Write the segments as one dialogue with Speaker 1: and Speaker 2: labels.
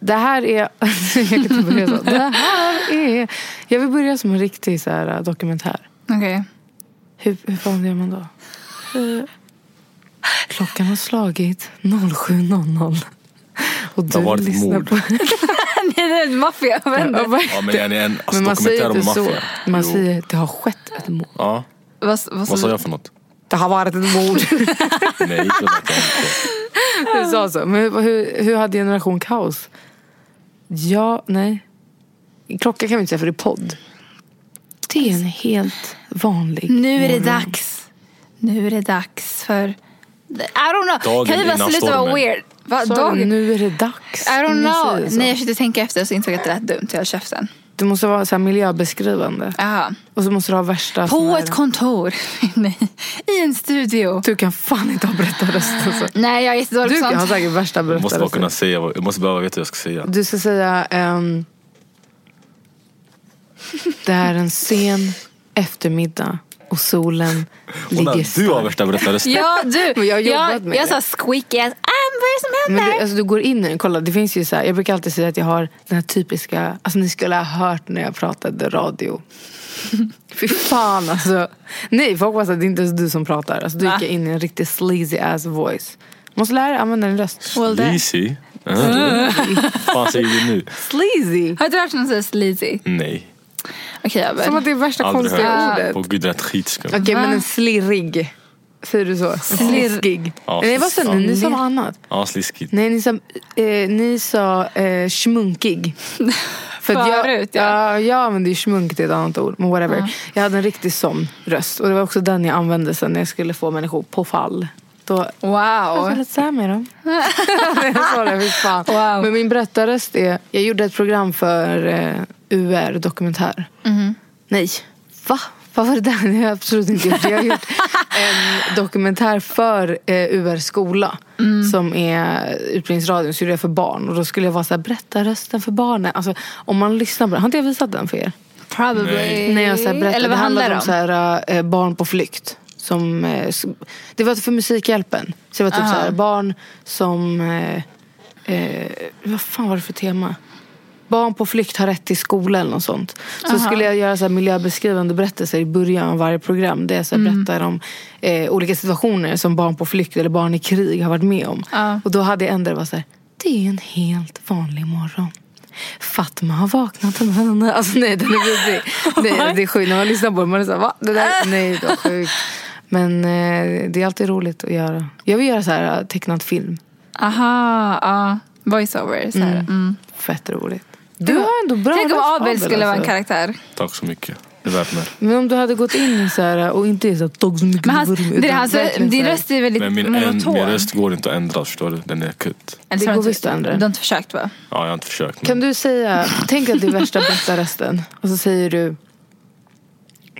Speaker 1: Det här är... jag kan inte börja så. Det här är... Jag vill börja som en riktig så här, äh, dokumentär.
Speaker 2: Okej.
Speaker 1: Hur, hur fan gör man då? Eh, Klockan har slagit 07.00. Och
Speaker 3: Det har
Speaker 1: du
Speaker 3: varit ett
Speaker 1: lyssnar
Speaker 3: mord.
Speaker 1: på...
Speaker 2: Nej, det är en maffia. Vad händer?
Speaker 1: Ja, vad-
Speaker 3: Ja men Jenny, en alltså,
Speaker 1: Men man
Speaker 3: dokumentär
Speaker 1: säger
Speaker 3: om
Speaker 1: inte så.
Speaker 3: maffia.
Speaker 1: Man
Speaker 3: Jo.
Speaker 1: säger det har skett ett mord.
Speaker 3: Ja,
Speaker 2: Vad, vad,
Speaker 3: vad sa jag för något?
Speaker 1: Det har varit ett mord.
Speaker 3: Nej, så lät jag inte.
Speaker 1: Du sa så. alltså. Men hur, hur, hur hade Generation Kaos? Ja, nej. Klocka kan vi inte säga för det är podd. Det är en helt vanlig
Speaker 2: Nu är det
Speaker 1: morgon.
Speaker 3: Mm.
Speaker 2: dags. Nu är det dags för... I don't know.
Speaker 3: Dagen
Speaker 2: kan vi bara
Speaker 3: innan
Speaker 2: sluta vara
Speaker 3: stormen.
Speaker 2: weird? Va,
Speaker 1: Sa du,
Speaker 2: dagen?
Speaker 1: nu är det dags.
Speaker 2: I don't
Speaker 1: Nu säger du
Speaker 2: know.
Speaker 1: så.
Speaker 2: Nej, jag försökte tänka efter så insåg jag att det lät dumt. Jag höll käften.
Speaker 1: Det måste vara så här miljöbeskrivande.
Speaker 2: Jaha.
Speaker 1: Och så måste du ha värsta... sån
Speaker 2: På
Speaker 1: här-
Speaker 2: ett kontor. Nej. I en studio.
Speaker 1: Du kan fan inte ha berättarröst. Alltså.
Speaker 2: Nej, jag är jättedålig
Speaker 1: Du
Speaker 2: på
Speaker 1: har
Speaker 2: sånt.
Speaker 1: säkert värsta
Speaker 3: Jag måste bara
Speaker 1: berättarröst.
Speaker 3: kunna säga, vad- jag måste bara veta vad jag ska säga.
Speaker 1: Du ska säga... ehm, det här är en sen eftermiddag och solen
Speaker 3: Honna,
Speaker 1: ligger
Speaker 3: du har
Speaker 1: stark.
Speaker 3: värsta berättarrösten.
Speaker 2: Ja, du.
Speaker 1: Men jag har jobbat med
Speaker 2: Jag
Speaker 1: det.
Speaker 2: sa squeaky ass. Ah, men vad är det som
Speaker 1: Men du,
Speaker 2: händer?
Speaker 1: alltså, du går in i den. Kolla, det finns ju så här, jag brukar alltid säga att jag har den här typiska... Alltså ni skulle ha hört när jag pratade radio. Fy fan alltså. Nej, folk var så här, det är inte ens du som pratar. Alltså, du
Speaker 2: Va?
Speaker 1: gick in i en riktig sleazy ass voice. Måste lära dig använda din röst.
Speaker 2: Well, det-
Speaker 3: Lisi? Vad
Speaker 1: Mm.
Speaker 3: fan säger du nu?
Speaker 1: Sleazy!
Speaker 2: Har du inte hört någon säga sleazy?
Speaker 3: Nej,
Speaker 2: Okej, jag
Speaker 1: Som
Speaker 2: börjar.
Speaker 1: att det är värsta
Speaker 3: aldrig
Speaker 1: konstiga
Speaker 3: hört.
Speaker 1: ordet.
Speaker 3: På
Speaker 1: Okej,
Speaker 3: gud, den här skitskummen.
Speaker 1: okay,
Speaker 2: Va?
Speaker 1: men en slirrig. Säger du så? Slirrig.
Speaker 3: Ja,
Speaker 1: Nej, vad sa ni? Ni sa något annat.
Speaker 3: Ja, sliskigt.
Speaker 2: Mm.
Speaker 1: Nej, ni sa, eh, ni sa eh, schmunkig. För att
Speaker 2: Förut, ja.
Speaker 1: jag, ja. Ja, men det är schmunk, det är ett annat ord. Men whatever. Jag hade en riktig sån röst. Och det var också den jag använde sen när jag skulle få människor på fall. Då, jag
Speaker 2: Wow.
Speaker 1: lät såhär med dem. Nej, jag sa det, fy fan.
Speaker 2: Wow.
Speaker 1: Men min berättarröst är... Jag gjorde ett program för eh, UR, dokumentär. Nej, va? Vad var det där? Det har jag absolut inte gjort. Jag har gjort en dokumentär för eh, UR skola. Som är Utbildningsradion, så gjorde jag för barn. Och då skulle jag vara såhär, berättarrösten för barnen. Alltså, om man lyssnar på den. Har inte jag visat den för er?
Speaker 2: Probably.
Speaker 3: Nej.
Speaker 1: När jag så här berättade,
Speaker 2: Eller vad
Speaker 1: det
Speaker 2: handlar
Speaker 1: handlade
Speaker 2: det
Speaker 1: om,
Speaker 2: om?
Speaker 1: så här, eh, barn på flykt. Som, eh, s- det var för Musikhjälpen. Så det var typ
Speaker 2: Aha.
Speaker 1: så här, barn som... Eh, eh, vad fan var det för tema? Barn på flykt har rätt till skola eller något sånt. Så skulle jag göra så här miljöbeskrivande berättelser i början av varje program. Där jag så här berättar om eh, olika situationer som barn på flykt eller barn i krig har varit med om.
Speaker 2: Ja.
Speaker 1: Och då hade jag en där det var så här. Det är en helt vanlig morgon. Fatma har vaknat. Alltså nej, den är vidrig. Nej, det är sjukt. När man lyssnar på den, man är så här, va? Det där, nej, det var sjukt. Men eh, det är alltid roligt att göra. Jag vill göra så här eh, tecknad film.
Speaker 2: Aha, ja. Voiceover. Så här. Mm.
Speaker 1: Fett roligt. Du har ändå bra
Speaker 2: Tänk om
Speaker 1: röst,
Speaker 2: Abel skulle vara en
Speaker 1: alltså.
Speaker 2: karaktär.
Speaker 3: Tack så mycket. Det är värt mer.
Speaker 1: Men om du hade gått in i så här och inte är så tog så mycket
Speaker 2: Men hans,
Speaker 1: vurm,
Speaker 2: det,
Speaker 1: utan
Speaker 2: hans,
Speaker 1: verkligen
Speaker 2: din
Speaker 1: så här-
Speaker 2: röst är väldigt
Speaker 3: Men min, en,
Speaker 2: monoton.
Speaker 3: min röst går inte att ändra, förstår du? Den är kutt.
Speaker 2: Eller så
Speaker 1: Det
Speaker 2: har du
Speaker 1: går
Speaker 2: inte-
Speaker 1: visst att ändra.
Speaker 2: Du har inte försökt va?
Speaker 3: Ja, jag har inte försökt.
Speaker 1: Kan
Speaker 3: Men...
Speaker 1: du säga, tänk att det är värsta berättarrösten och så säger du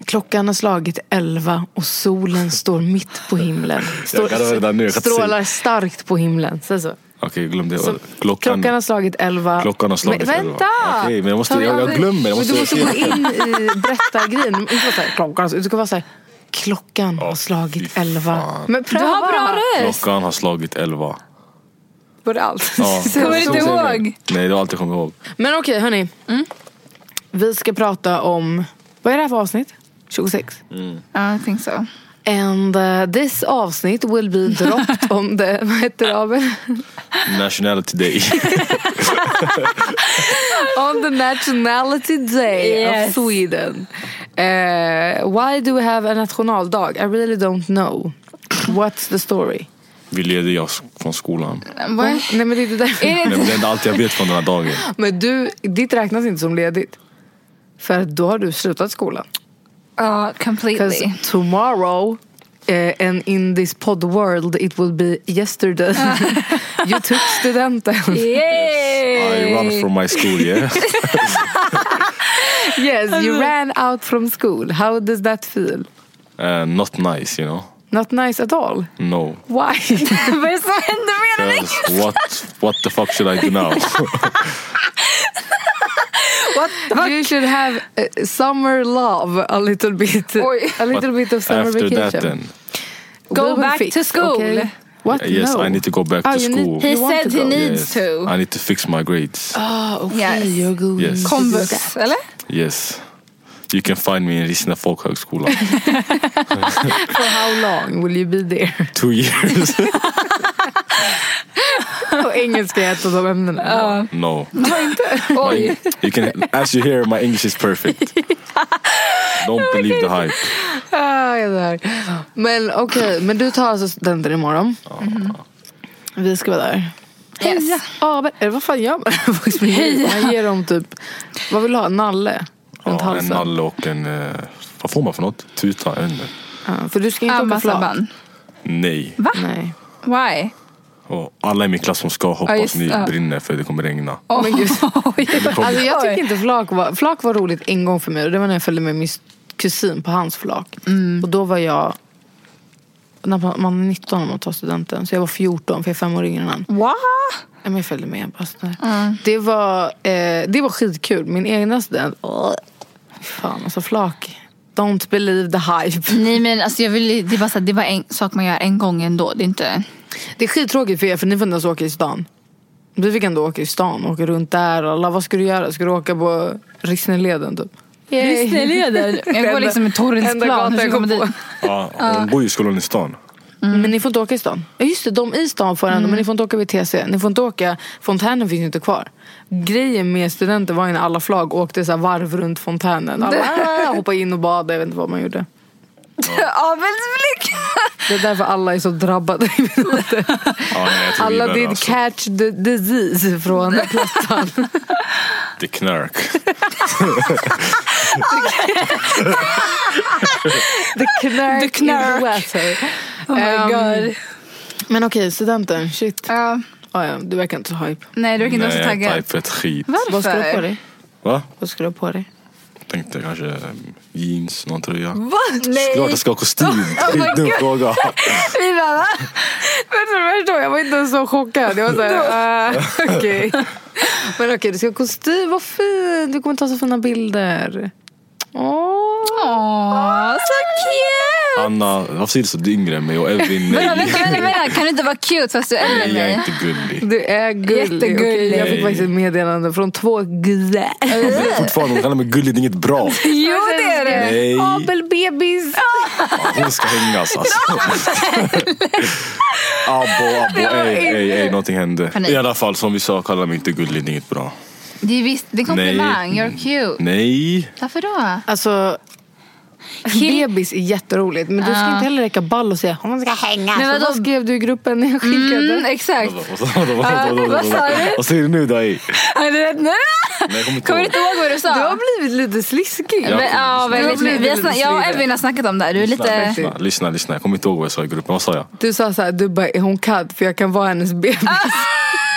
Speaker 1: Klockan har slagit elva och solen står mitt på himlen.
Speaker 3: Jag kan redan nu, jag kan inte
Speaker 1: strålar starkt på himlen. Säg så.
Speaker 3: Okej, glöm det.
Speaker 1: Så-
Speaker 3: Klockan,
Speaker 1: Klockan har slagit elva.
Speaker 3: klockan har slagit
Speaker 1: men,
Speaker 3: elva.
Speaker 1: Vänta!
Speaker 3: Okej, men jag, måste,
Speaker 1: Ta med
Speaker 3: jag, jag
Speaker 1: av-
Speaker 3: glömmer. Jag
Speaker 1: men
Speaker 3: måste,
Speaker 1: du måste
Speaker 3: se
Speaker 1: gå
Speaker 3: det.
Speaker 1: in i berättargrejen. Inte vara så här, klockan, har slagit-" du ska vara så här, klockan
Speaker 3: Ja,
Speaker 1: har slagit
Speaker 3: fy
Speaker 1: elva.
Speaker 3: fan.
Speaker 1: Men pröva!
Speaker 2: Du har bra röst.
Speaker 3: Klockan har slagit elva.
Speaker 1: Var det allt?
Speaker 3: Ja.
Speaker 2: Kommer du inte
Speaker 3: Så säger jag.
Speaker 2: ihåg?
Speaker 3: Nej, det har alltid kommit ihåg.
Speaker 1: Men okej, hörni.
Speaker 2: Mm.
Speaker 1: Vi ska prata om... Vad är det här för avsnitt? 26?
Speaker 2: Ja, jag tänkte så.
Speaker 1: And uh, this avsnitt will be dropped on the, vad heter det Abel?
Speaker 3: Nationality day.
Speaker 1: on the nationality day
Speaker 2: Yes.
Speaker 1: of Sweden. Uh, why do we have a nationaldag? I really don't know. What's the story?
Speaker 3: Vi leder jag från skolan.
Speaker 2: Vad?
Speaker 1: Nej, men det är det där.
Speaker 2: Är det
Speaker 3: Nej, men
Speaker 2: inte...
Speaker 3: det är inte allt jag vet från den här dagen.
Speaker 1: Men du, ditt räknas inte som ledigt. För att då har du slutat skolan.
Speaker 2: Ja,
Speaker 1: Because
Speaker 2: completely.
Speaker 1: tomorrow eh, and in this pod world it will be yesterday. you took studenten.
Speaker 3: I run
Speaker 2: Yay!
Speaker 3: from my school yeah.
Speaker 1: yes, you ran out from school. How does that feel?
Speaker 3: Eh, not nice you know.
Speaker 1: Not nice at all.
Speaker 3: No.
Speaker 1: Why?
Speaker 2: Vad är det som händer med dig?
Speaker 3: 'Cause What, what the fuck should I do now?
Speaker 1: you should have eh, summer love a little bit.
Speaker 2: Oj.
Speaker 1: A little bit of summer
Speaker 3: After
Speaker 1: vacation.
Speaker 3: that then.
Speaker 1: We will
Speaker 2: Go back
Speaker 1: fix,
Speaker 2: to school.
Speaker 1: okay? What?
Speaker 3: Yes
Speaker 1: no.
Speaker 3: I need to go back
Speaker 1: Ah,
Speaker 3: to
Speaker 1: you need-
Speaker 3: school.
Speaker 2: He
Speaker 1: You want
Speaker 2: said
Speaker 1: to
Speaker 2: he
Speaker 1: go?
Speaker 2: needs to.
Speaker 3: I need to fix my grades.
Speaker 1: Ah, okay,
Speaker 2: Yes.
Speaker 1: you're going
Speaker 3: Yes.
Speaker 1: to do that.
Speaker 2: Komvux, eller?
Speaker 3: Yes. You can find me in Rissne folkhögskola.
Speaker 1: For how long will you be there?
Speaker 3: Two years.
Speaker 1: Och engelska är ett av de ämnena.
Speaker 3: No.
Speaker 2: Oj.
Speaker 3: You can, as you hear, my English is perfect. Don't believe the hype.
Speaker 1: Ah, jag dör. Men okej, men du tar alltså studenten imorgon. Vi ska vara där.
Speaker 2: Yes.
Speaker 1: Ja, men, eller vad fan gör man? Vad gör man ger dem typ, vad vill du ha? En nalle? Runt
Speaker 3: Ja, en
Speaker 1: halsen?
Speaker 3: nalle och en... eh, vad får man för något? Tuta? Jag vet inte.
Speaker 1: Ja, för du ska inte åka flak.
Speaker 2: Abba-flabban.
Speaker 3: Nej.
Speaker 1: Nej.
Speaker 2: Why?
Speaker 3: Och alla i min klass som ska
Speaker 2: Ja,
Speaker 3: hoppas
Speaker 2: just-
Speaker 3: ni
Speaker 2: ja.
Speaker 3: brinner för det kommer regna.
Speaker 1: Men gud.
Speaker 3: Eller kommer-
Speaker 1: Alltså jag
Speaker 2: Oj.
Speaker 1: tycker inte flak var, flak var roligt en gång för mig. Och det var när jag följde med min kusin på hans flak. Och då var jag, när man, man är 19 när man tar studenten. Så jag var 14 för jag är fem år yngre än han.
Speaker 2: What?
Speaker 1: Ja, men Jag följde med. jag Bara sådär. det, var, eh, det var skitkul. Min egna student... Åh, fan, alltså flak. Don't believe the hype.
Speaker 4: Nej men alltså jag vill, det är bara, så här, det är bara en sak man gör en gång ändå. Det är inte...
Speaker 1: Det är skittråkigt för er, för ni får inte ens åka i stan. Vi fick ändå åka i stan, åka runt där. och Alla, vad ska du göra? Ska du åka på Rissneleden typ?
Speaker 4: Lyssnarleder. Jag går liksom med Torrensplan. Hur ska jag komma dit?
Speaker 3: Ja, hon bor ju i skolan i stan.
Speaker 1: Men ni får inte åka i stan. Ja, Just det, de i stan får ändå, men ni får inte åka vid TC. Ni får inte åka, fontänen finns ju inte kvar. Grejen med studenter var ju när alla flagg åkte så här varv runt fontänen. Alla ah, hoppade in och badade, jag vet inte vad man gjorde.
Speaker 2: Abels blick!
Speaker 1: Det är därför alla är så drabbade.
Speaker 3: Ja, nej, jag tror vi är
Speaker 1: alla
Speaker 3: värre,
Speaker 1: did
Speaker 3: alltså.
Speaker 1: catch the disease från plattan.
Speaker 3: Det är knark.
Speaker 1: The knark,
Speaker 2: The knark.
Speaker 1: in the water.
Speaker 2: Oh
Speaker 1: Ehm,
Speaker 2: my god.
Speaker 1: Men okej, studenten. Shit.
Speaker 2: Ja.
Speaker 1: Ah, ja, du verkar inte så hype.
Speaker 2: Nej, du verkar inte
Speaker 3: Nej,
Speaker 2: vara så
Speaker 3: jag är
Speaker 2: taggad.
Speaker 3: typ för ett skit.
Speaker 1: Vad ska du ha på
Speaker 2: Varför?
Speaker 1: dig?
Speaker 3: Va?
Speaker 1: Vad ska du ha på dig?
Speaker 3: Tänkte kanske um, jeans, någon tröja.
Speaker 2: Va?
Speaker 3: Klart
Speaker 2: Nej. Oh
Speaker 3: jag ska ha kostym. Skitdum fråga.
Speaker 2: Vi bara, va?
Speaker 1: Vet du vad jag förstår? Jag var inte ens så chockad. Jag var såhär, uh, okej. Men okej, du ska ha kostym. Vad fint. Du kommer ta så fina bilder. Åh.
Speaker 2: Åh, så cute!
Speaker 3: Anna, varför säger du så? Du är yngre än mig och Evin,
Speaker 2: Vänta,
Speaker 3: nej.
Speaker 2: vänta, vänta, vänta. Kan du inte vara cute fast du är äldre
Speaker 3: Nej,
Speaker 2: än
Speaker 3: jag är
Speaker 2: mig?
Speaker 3: inte gullig.
Speaker 1: Du är gullig.
Speaker 2: Jättegullig.
Speaker 1: Okej, jag fick faktiskt ett meddelande från två guzzar.
Speaker 3: Men Fortfarande, hon kallar mig gullig, det är inget bra.
Speaker 2: Jo, det är det.
Speaker 3: Nej,
Speaker 1: Abelbebis.
Speaker 3: hon ska hängas alltså. Abbo, abbo, ej, ej, ej, någonting hände.
Speaker 4: Panik.
Speaker 3: I alla fall, som vi sa, kallar mig inte gullig, det är inget bra.
Speaker 4: Det är visst, det är en komplimang.
Speaker 3: Nej.
Speaker 4: You're cute.
Speaker 3: Nej,
Speaker 4: Varför då?
Speaker 1: Alltså, bebis är jätteroligt. Men du ska inte heller räcka ball och säga hon ska hänga.
Speaker 4: Men
Speaker 1: Men
Speaker 4: vadå?
Speaker 1: vad skrev du i gruppen när jag skickade?
Speaker 2: Mm, exakt.
Speaker 3: Vadå, vad sa- vadå, vadå, vadå,
Speaker 2: vad
Speaker 3: vadå?
Speaker 2: sa du?
Speaker 3: Vad säger du nu Dai?
Speaker 2: Är du rädd nu?
Speaker 3: Nej, jag
Speaker 2: Kommer du inte ihåg vad du
Speaker 1: Du
Speaker 2: sa?
Speaker 1: har blivit lite sliskig.
Speaker 3: Ja.
Speaker 2: Men, ja,
Speaker 3: Jag
Speaker 2: väldigt
Speaker 1: blev
Speaker 2: mycket. Vi har
Speaker 1: lite
Speaker 2: sna- Jag och
Speaker 1: svider.
Speaker 2: Evin har snackat om det här. Du är
Speaker 3: Lyssna,
Speaker 2: lite...
Speaker 3: lyssna, lyssna, lyssna. Jag kommer inte ihåg vad jag sa i gruppen. Vad sa jag?
Speaker 1: Du sa såhär, du bara, är hon kadd för jag kan vara hennes bebis?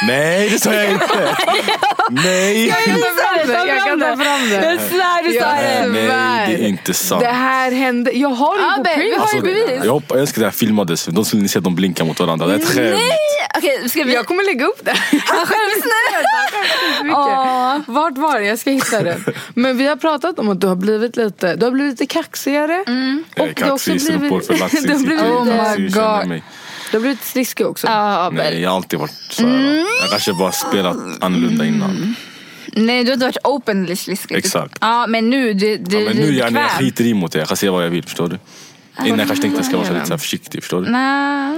Speaker 3: Nej, det sa jag inte! Nej!
Speaker 1: Jag kan ta fram det.
Speaker 2: Jag svär du sa det.
Speaker 3: Nej, det
Speaker 1: svär.
Speaker 3: är inte sant.
Speaker 1: Det här hände. Jag har det på
Speaker 2: Abel, vi
Speaker 1: print.
Speaker 2: har-
Speaker 3: Alltså,
Speaker 2: bevis.
Speaker 3: jag, hoppas, jag önskar det här filmades, för då skulle ni se att de blinkar mot varandra. Det är ett skämt.
Speaker 2: Okej, ska vi...
Speaker 1: Jag kommer lägga upp det.
Speaker 2: Han skäms nu.
Speaker 1: Mycket.
Speaker 2: Åh.
Speaker 1: Vart var det? Jag ska hitta det. Men vi har pratat om att du har blivit lite, du har blivit lite kaxigare.
Speaker 3: Jag är
Speaker 1: du har också
Speaker 3: kaxig, snoppor för laxig.
Speaker 1: du har blivit,
Speaker 3: sitter i
Speaker 1: lite-
Speaker 3: taxi,
Speaker 2: my
Speaker 3: känner
Speaker 2: God.
Speaker 3: mig.
Speaker 1: du har blivit sliskig också.
Speaker 2: Ja, Abel.
Speaker 3: Nej, jag har alltid varit så
Speaker 4: Mm.
Speaker 3: här. Jag kanske bara spelat annorlunda innan.
Speaker 2: Nej, du har inte varit openly sliskig.
Speaker 3: Exakt.
Speaker 2: Ja, men nu, du, du,
Speaker 3: Ja, men
Speaker 2: du
Speaker 3: nu
Speaker 2: är
Speaker 3: gärna, jag
Speaker 2: bekväm.
Speaker 3: skiter i mot det. Jag kan säga vad jag vill, förstår du? Innan jag kanske tänkte att jag ska vara så
Speaker 1: nej,
Speaker 3: lite så här försiktig. Förstår du?
Speaker 4: Nej.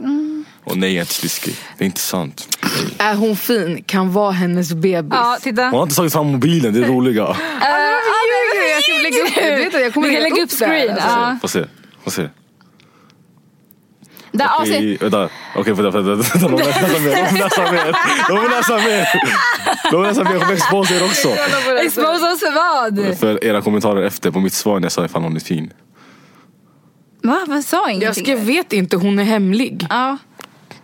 Speaker 4: mm.
Speaker 3: Och nej, jag är inte sliskig. Det är inte sant.
Speaker 1: Är hon fin kan vara hennes bebis.
Speaker 4: Ja, titta.
Speaker 3: Hon har inte tagit fram mobilen. Det är det roliga.
Speaker 1: jag, jag ska lägga upp det. Du vet att jag kommer
Speaker 4: Du kan lägga upp
Speaker 1: det här,
Speaker 4: screen.
Speaker 1: alltså.
Speaker 4: Ja.
Speaker 3: Får se. Får se.
Speaker 4: Där, ja, se.
Speaker 3: I, vänta, okej vänta, vänta, vänta, de vill läsa mer, de vill läsa mer, de vill läsa mer, de vill läsa mer, de vill exposa er också.
Speaker 4: Expose oss för vad?
Speaker 3: För era kommentarer efter på mitt svar när jag sa ifall hon är fin.
Speaker 4: Va? Vad sa ingenting?
Speaker 1: Jag skrev vet inte, hon är hemlig.
Speaker 4: Ja.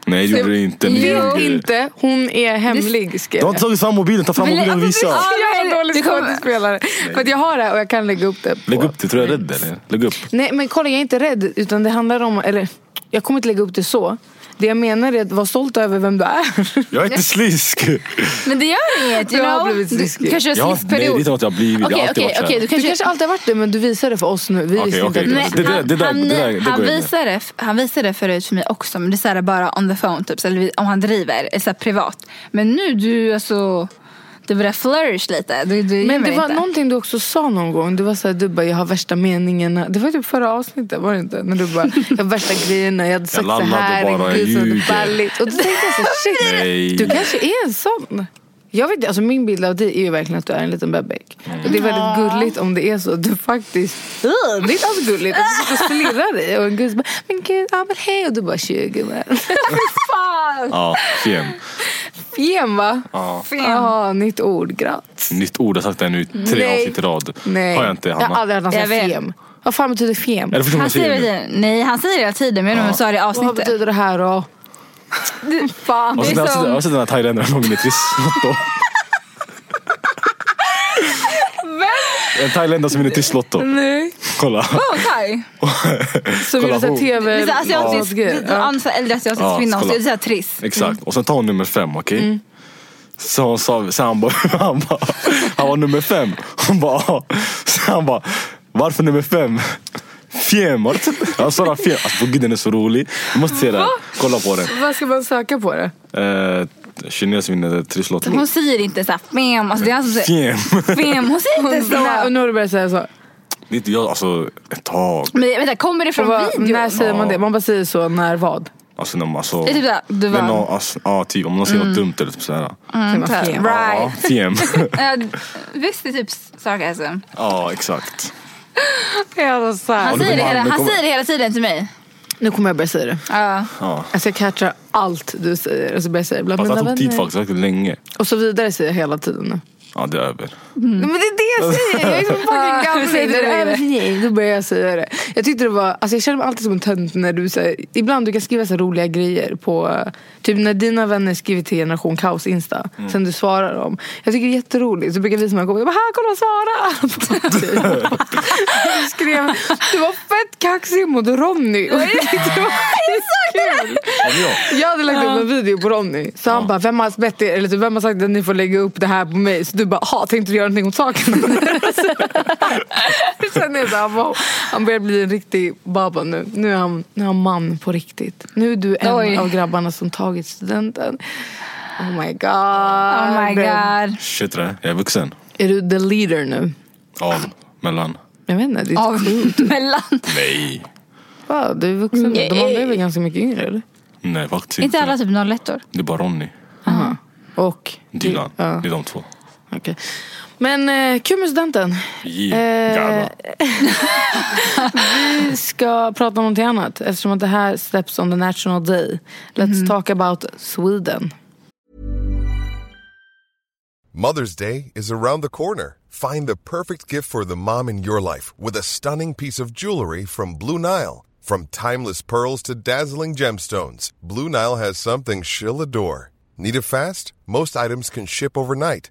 Speaker 3: Nej det gjorde det inte. Ni
Speaker 4: Jo.
Speaker 3: ljuger.
Speaker 1: Vet inte, hon är hemlig skrev
Speaker 3: Du har inte
Speaker 1: jag.
Speaker 3: tagit fram mobilen, ta fram
Speaker 4: Men-
Speaker 3: mobilen och visa.
Speaker 4: Ja,
Speaker 1: Jag är en dålig
Speaker 4: Du kommer-
Speaker 1: skådespelare. För att jag har det här och jag kan lägga upp det. På.
Speaker 3: Lägg upp det, tror jag är rädd eller? Lägg upp.
Speaker 1: Nej men kolla jag är inte rädd utan det handlar om, eller jag kommer inte lägga upp det så. Det jag menar är att vara stolt över vem du är.
Speaker 3: Jag är inte slisk.
Speaker 4: Men det gör inget. You
Speaker 1: Jag har
Speaker 4: know?
Speaker 1: blivit sliskig.
Speaker 4: Du kanske
Speaker 3: Jag
Speaker 4: har
Speaker 3: har, nej det är
Speaker 4: sliskperiod.
Speaker 3: inte något jag har blivit, jag har
Speaker 4: Okej,
Speaker 3: alltid
Speaker 4: okej, okej. Du
Speaker 3: varit såhär.
Speaker 1: Du
Speaker 4: kanske...
Speaker 1: kanske alltid har varit det men du visar det för oss nu. Vi
Speaker 3: Okej,
Speaker 1: visste inte
Speaker 3: okej,
Speaker 1: att du
Speaker 3: okej.
Speaker 4: Nej,
Speaker 1: var
Speaker 3: Det där-
Speaker 4: han-
Speaker 3: det där-
Speaker 4: han-
Speaker 3: det där- det
Speaker 4: Han
Speaker 3: går inte.
Speaker 4: visar det- han visar det förut för mig också men det är så här bara on the phone typ, så eller om han driver, så här privat. Men nu du alltså, du börjar flourish lite. Du, du
Speaker 1: Men det var
Speaker 4: inte.
Speaker 1: någonting du också sa någon gång. Du var såhär, du bara jag har värsta meningarna. Det var typ förra avsnittet var det inte? När du bara, jag har värsta grejerna, jag hade sagt så
Speaker 3: lallade
Speaker 1: här.
Speaker 3: bara, jag
Speaker 1: gud, så hade det
Speaker 3: ljuger.
Speaker 1: fallit. Och då tänkte jag såhär, shit.
Speaker 3: Nej.
Speaker 1: Du kanske är en sån. Jag vet, inte, alltså min bild av dig är ju verkligen att du är en liten bebek. Och det är väldigt gulligt om det är så. Du faktiskt, Ugh, det är inte alls gulligt. att Du sitter och stirrar dig och en gud bara, men gud, ja men hej. Och du bara, tjugo men. Fan!
Speaker 3: Ja, fin.
Speaker 1: Fem va?
Speaker 3: Ja.
Speaker 1: Ja, nytt ord. Grattis.
Speaker 3: Nytt ord, jag har sagt det nu i tre
Speaker 1: Nej.
Speaker 3: avsnitt i rad.
Speaker 1: Nej.
Speaker 3: Har jag inte
Speaker 1: Jag har
Speaker 3: Hanna?
Speaker 1: aldrig hört någon
Speaker 4: Jag
Speaker 1: säga
Speaker 4: vet.
Speaker 1: fem. Vad fan betyder fem?
Speaker 3: Eller förstår du vad
Speaker 4: han
Speaker 3: jag
Speaker 4: säger
Speaker 3: säger
Speaker 4: hela
Speaker 3: nu?
Speaker 4: tiden, nej han säger det hela tiden men jag undrar om jag sa det i
Speaker 1: Vad
Speaker 4: avsnittet.
Speaker 1: betyder det här då?
Speaker 4: Du, fan.
Speaker 3: Och
Speaker 4: Det
Speaker 3: sen,
Speaker 4: är
Speaker 3: jag har sett- jag
Speaker 4: som,
Speaker 3: har sett den här thailändaren någon gång i Trisslotto. En thailändare som vinner Trisslotto.
Speaker 1: Nej.
Speaker 3: Kolla.
Speaker 4: oh, Kaj.
Speaker 1: Som
Speaker 3: Kolla
Speaker 1: är
Speaker 3: på.
Speaker 1: såhär
Speaker 4: Det
Speaker 1: tv...
Speaker 4: är så alltså, här asiatisk,
Speaker 1: Ja.
Speaker 4: det alltså, är en sån här äldre asiatisk
Speaker 3: Ja,
Speaker 4: kvinna också.
Speaker 3: kolla.
Speaker 4: Det är så här trist.
Speaker 3: Exakt. Och sen tar hon nummer fem, okej?
Speaker 4: Mm.
Speaker 3: Så hon sa, så han bara, han bara, han var nummer fem. Hon bara, ja. Så han bara, varför nummer fem? Fjem, har du sett- jag sa det här fjem. Alltså på gud den är så rolig. Du måste se den. Kolla på den.
Speaker 1: Vad ska man söka på det?
Speaker 3: Eh, Kines vinner Trisslotto.
Speaker 4: Hon säger inte såhär fem, alltså det är han som säger
Speaker 3: Fjem.
Speaker 4: fem. Hon säger inte så.
Speaker 1: Nej, och nu har du börjat säga så.
Speaker 3: Det är inte jag, alltså ett tag.
Speaker 4: Men vänta, kommer det
Speaker 1: Och
Speaker 4: från
Speaker 1: vad,
Speaker 4: videon?
Speaker 1: när säger man
Speaker 3: Ja.
Speaker 1: det? Man bara säger så när vad?
Speaker 3: Alltså när man så...
Speaker 4: Det är typ såhär, du
Speaker 3: Men,
Speaker 4: vann.
Speaker 3: ja, alltså, ja, typ, om någon säger något dumt eller typ sådär.
Speaker 1: Säger man
Speaker 4: så här,
Speaker 1: fem?
Speaker 3: Ja,
Speaker 4: Right.
Speaker 3: fjem.
Speaker 4: Ja, visst, det är typ sarcasm.
Speaker 3: ja, exakt.
Speaker 1: Ja, så här.
Speaker 4: Han,
Speaker 3: det
Speaker 4: säger det,
Speaker 3: kommer-
Speaker 4: hela,
Speaker 3: det
Speaker 4: han
Speaker 3: kommer-
Speaker 4: säger det hela tiden till mig.
Speaker 1: Nu kommer jag börja säga det.
Speaker 4: Ja.
Speaker 3: Ja.
Speaker 1: Alltså jag catchar allt du säger. Och så börjar jag säga bland
Speaker 3: Fast det
Speaker 1: mina
Speaker 3: här tog tid
Speaker 1: vänner.
Speaker 3: faktiskt, det tog länge.
Speaker 1: Och så vidare säger jag hela tiden nu.
Speaker 3: Ja, det är över.
Speaker 1: Nej, Men det är det jag säger, jag är så
Speaker 4: Ah,
Speaker 1: fucking gammal.
Speaker 4: säg det,
Speaker 1: Det är
Speaker 4: säg det.
Speaker 1: över för mig. Då börjar jag säga det. Jag tyckte det var, alltså jag känner mig alltid som en tönt när du säger, ibland du kan skriva så här roliga grejer på, eh, typ när dina vänner skriver till generation kaos insta, sen du svarar dem. Jag tycker det är jätteroligt, så brukar vi som har kommit, här kolla Sara! du skrev, du var fett kaxig mot Ronny. Och jag tyckte det var skitkul.
Speaker 3: Ja, men ja.
Speaker 1: Jag hade lagt upp en video på Ronny. Så han bara, vem har bett er? Eller typ, vem har sagt att ni får lägga upp det här på mig? Så du bara, ha tänkte du göra någonting åt saken? Sen är det så här, wow. Han börjar bli en riktig baba nu. Nu är han, nu är han man på riktigt. Nu är du en
Speaker 4: Oj.
Speaker 1: av grabbarna som tagit studenten. Oh my god.
Speaker 4: Oh my god.
Speaker 3: Shit, det där. jag är vuxen.
Speaker 1: Är du the leader nu?
Speaker 3: Av,
Speaker 1: Ah.
Speaker 3: mellan.
Speaker 1: Jag vet inte, det är
Speaker 4: Av mellan.
Speaker 3: Nej.
Speaker 1: Va, du är
Speaker 4: Mm.
Speaker 1: vuxen nu. De andra är väl ganska mycket yngre eller?
Speaker 3: Nej, faktiskt
Speaker 4: inte alla
Speaker 3: inte.
Speaker 4: typ nollettor.
Speaker 3: Det är bara Ronny.
Speaker 1: Och?
Speaker 3: Dylan. Det
Speaker 1: Ja,
Speaker 3: är de två.
Speaker 1: okej. Men eh, kul med studenten. Eh,
Speaker 3: Yeah. Eh.
Speaker 1: ska prata om någonting annat eftersom att det här släpps on the national day. Let's talk about Sweden.
Speaker 5: Mother's Day is around the corner. Find the perfect gift for the mom in your life with a stunning piece of jewelry from Blue Nile. From timeless pearls to dazzling gemstones, Blue Nile has something she'll adore. Need it fast? Most items can ship overnight.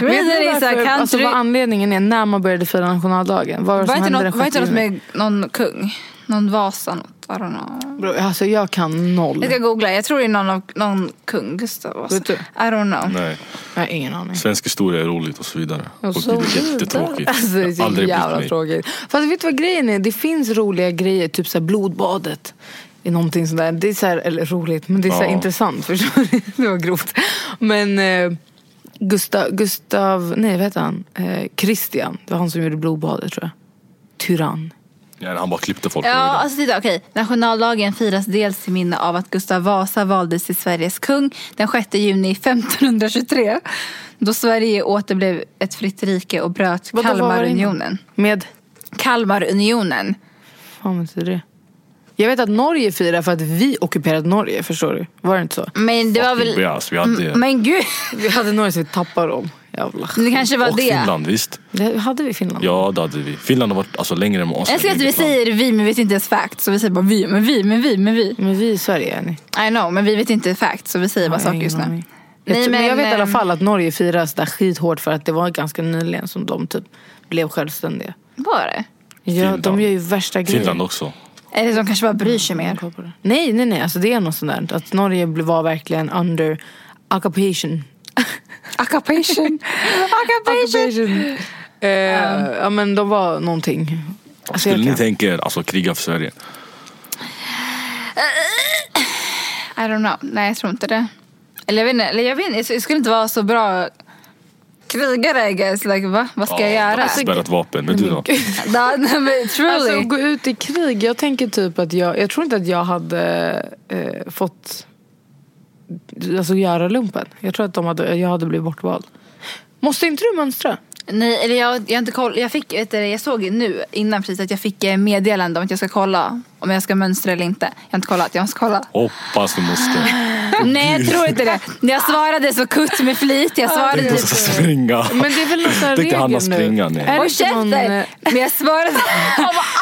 Speaker 1: Vet ni
Speaker 4: is a
Speaker 1: varför-
Speaker 4: country-
Speaker 1: Alltså vad anledningen är när man började fira nationaldagen. Vad var det
Speaker 4: Var
Speaker 1: som
Speaker 4: inte
Speaker 1: hände
Speaker 4: något,
Speaker 1: den
Speaker 4: var inte något
Speaker 1: sjätte juni?
Speaker 4: med någon kung? Någon Vasa? Något, I don't know.
Speaker 1: Bro, Alltså jag kan noll.
Speaker 4: Jag ska googla. Jag tror det är någon, av, någon kung. Gustav Vasa.
Speaker 1: Vet du?
Speaker 4: I don't know.
Speaker 3: Nej.
Speaker 1: Jag har ingen aning.
Speaker 3: Svensk historia är roligt och så vidare. Och
Speaker 1: så
Speaker 3: det är jättetråkigt.
Speaker 1: Alltså,
Speaker 3: Jag
Speaker 1: det
Speaker 3: har
Speaker 1: är så
Speaker 3: aldrig brytt
Speaker 1: jävla
Speaker 3: mig.
Speaker 1: tråkigt. Fast vet du vad grejen är? Det finns roliga grejer, typ så här blodbadet. Är någonting sådär. Det är så här, eller roligt, men det är så här
Speaker 3: Ja.
Speaker 1: intressant. Förstår du? Det var grovt. Men eh, Gustav, Gustav, nej vad heter han? Eh, Christian, det var han som gjorde blodbadet tror jag. Tyrann.
Speaker 3: Ja, han bara klippte folk.
Speaker 4: Ja,
Speaker 3: över det.
Speaker 4: alltså titta, okej. Nationaldagen firas dels till minne av att Gustav Vasa valdes till Sveriges kung den 6 juni 1523. Då Sverige åter blev ett fritt rike och bröt
Speaker 1: Vadå, vad var det
Speaker 4: Kalmarunionen.
Speaker 1: Med,
Speaker 4: Kalmarunionen.
Speaker 1: vad betyder det? Jag vet att Norge firar för att vi ockuperade Norge, förstår du? Var det inte så?
Speaker 4: Men det var
Speaker 3: Fucking
Speaker 4: väl... Mm,
Speaker 3: Beas, vi hade det.
Speaker 4: Men gud,
Speaker 1: Vi hade Norge så vi tappade dem. Jävlar.
Speaker 4: det kanske var
Speaker 3: och
Speaker 4: det.
Speaker 3: Finland, visst.
Speaker 1: Det hade vi Finland?
Speaker 3: Ja, det hade vi. Finland har varit alltså, längre än oss.
Speaker 4: Jag älskar att vi säger vi men vi vet inte ens fact. Så vi säger bara vi, men vi, men vi, men vi.
Speaker 1: Men vi i Sverige är ni.
Speaker 4: I know, men vi vet inte fact. Så vi säger bara
Speaker 1: Jag har
Speaker 4: saker just
Speaker 1: ingen
Speaker 4: nu.
Speaker 1: aning. Jag,
Speaker 4: Nej,
Speaker 1: tror- men,
Speaker 4: men,
Speaker 1: jag vet i alla
Speaker 4: ehm,
Speaker 1: fall att Norge firas där skithårt för att det var ganska nyligen som de typ blev självständiga.
Speaker 4: Var det?
Speaker 1: Ja,
Speaker 3: Finland.
Speaker 1: de gör ju värsta grejer.
Speaker 3: Finland också.
Speaker 4: Eller de kanske bara bryr sig mer.
Speaker 1: Nej, nej, nej. Alltså, det är något sånt där. Att Norge blev- var verkligen under occupation.
Speaker 4: Occupation. Occupation.
Speaker 1: Eh, Ja, men de var någonting. Alltså,
Speaker 3: Skulle
Speaker 1: jag
Speaker 3: ni
Speaker 1: kan...
Speaker 3: tänka er alltså, kriga för Sverige?
Speaker 4: I don't know. Nej, jag tror inte det. Eller jag vet inte. Eller jag, vet inte. jag skulle inte vara så bra krigare I guess. Like, va? Vad ska jag göra?
Speaker 3: Alltså, spärrat vapen. Men du då?
Speaker 4: Da- nej, men truly.
Speaker 1: Alltså gå ut i krig. Jag tänker typ att jag, jag tror inte att jag hade eh, fått alltså, göra lumpen. Jag tror att de hade, jag hade blivit bortvald. Måste inte du mönstra?
Speaker 4: nej, eller jag, jag har inte koll. Jag, fick, vet du, jag såg nu innan precis att jag fick eh, meddelande om att jag ska kolla om jag ska mönstra eller inte. Jag har inte kollat. Jag måste kolla.
Speaker 3: Hoppas du måste.
Speaker 4: nej, jag tror inte det. När jag svarade så kutt med flit. Jag svarade
Speaker 3: Tänk
Speaker 4: typ...
Speaker 3: att springa.
Speaker 1: Men det är väl någon sån här
Speaker 3: Tänk att
Speaker 1: regel
Speaker 3: Hanna
Speaker 1: nu?
Speaker 3: springa. Nej.
Speaker 1: Är det
Speaker 4: Håll
Speaker 1: inte någon,
Speaker 4: käften!
Speaker 1: eh,
Speaker 4: Men jag svarade...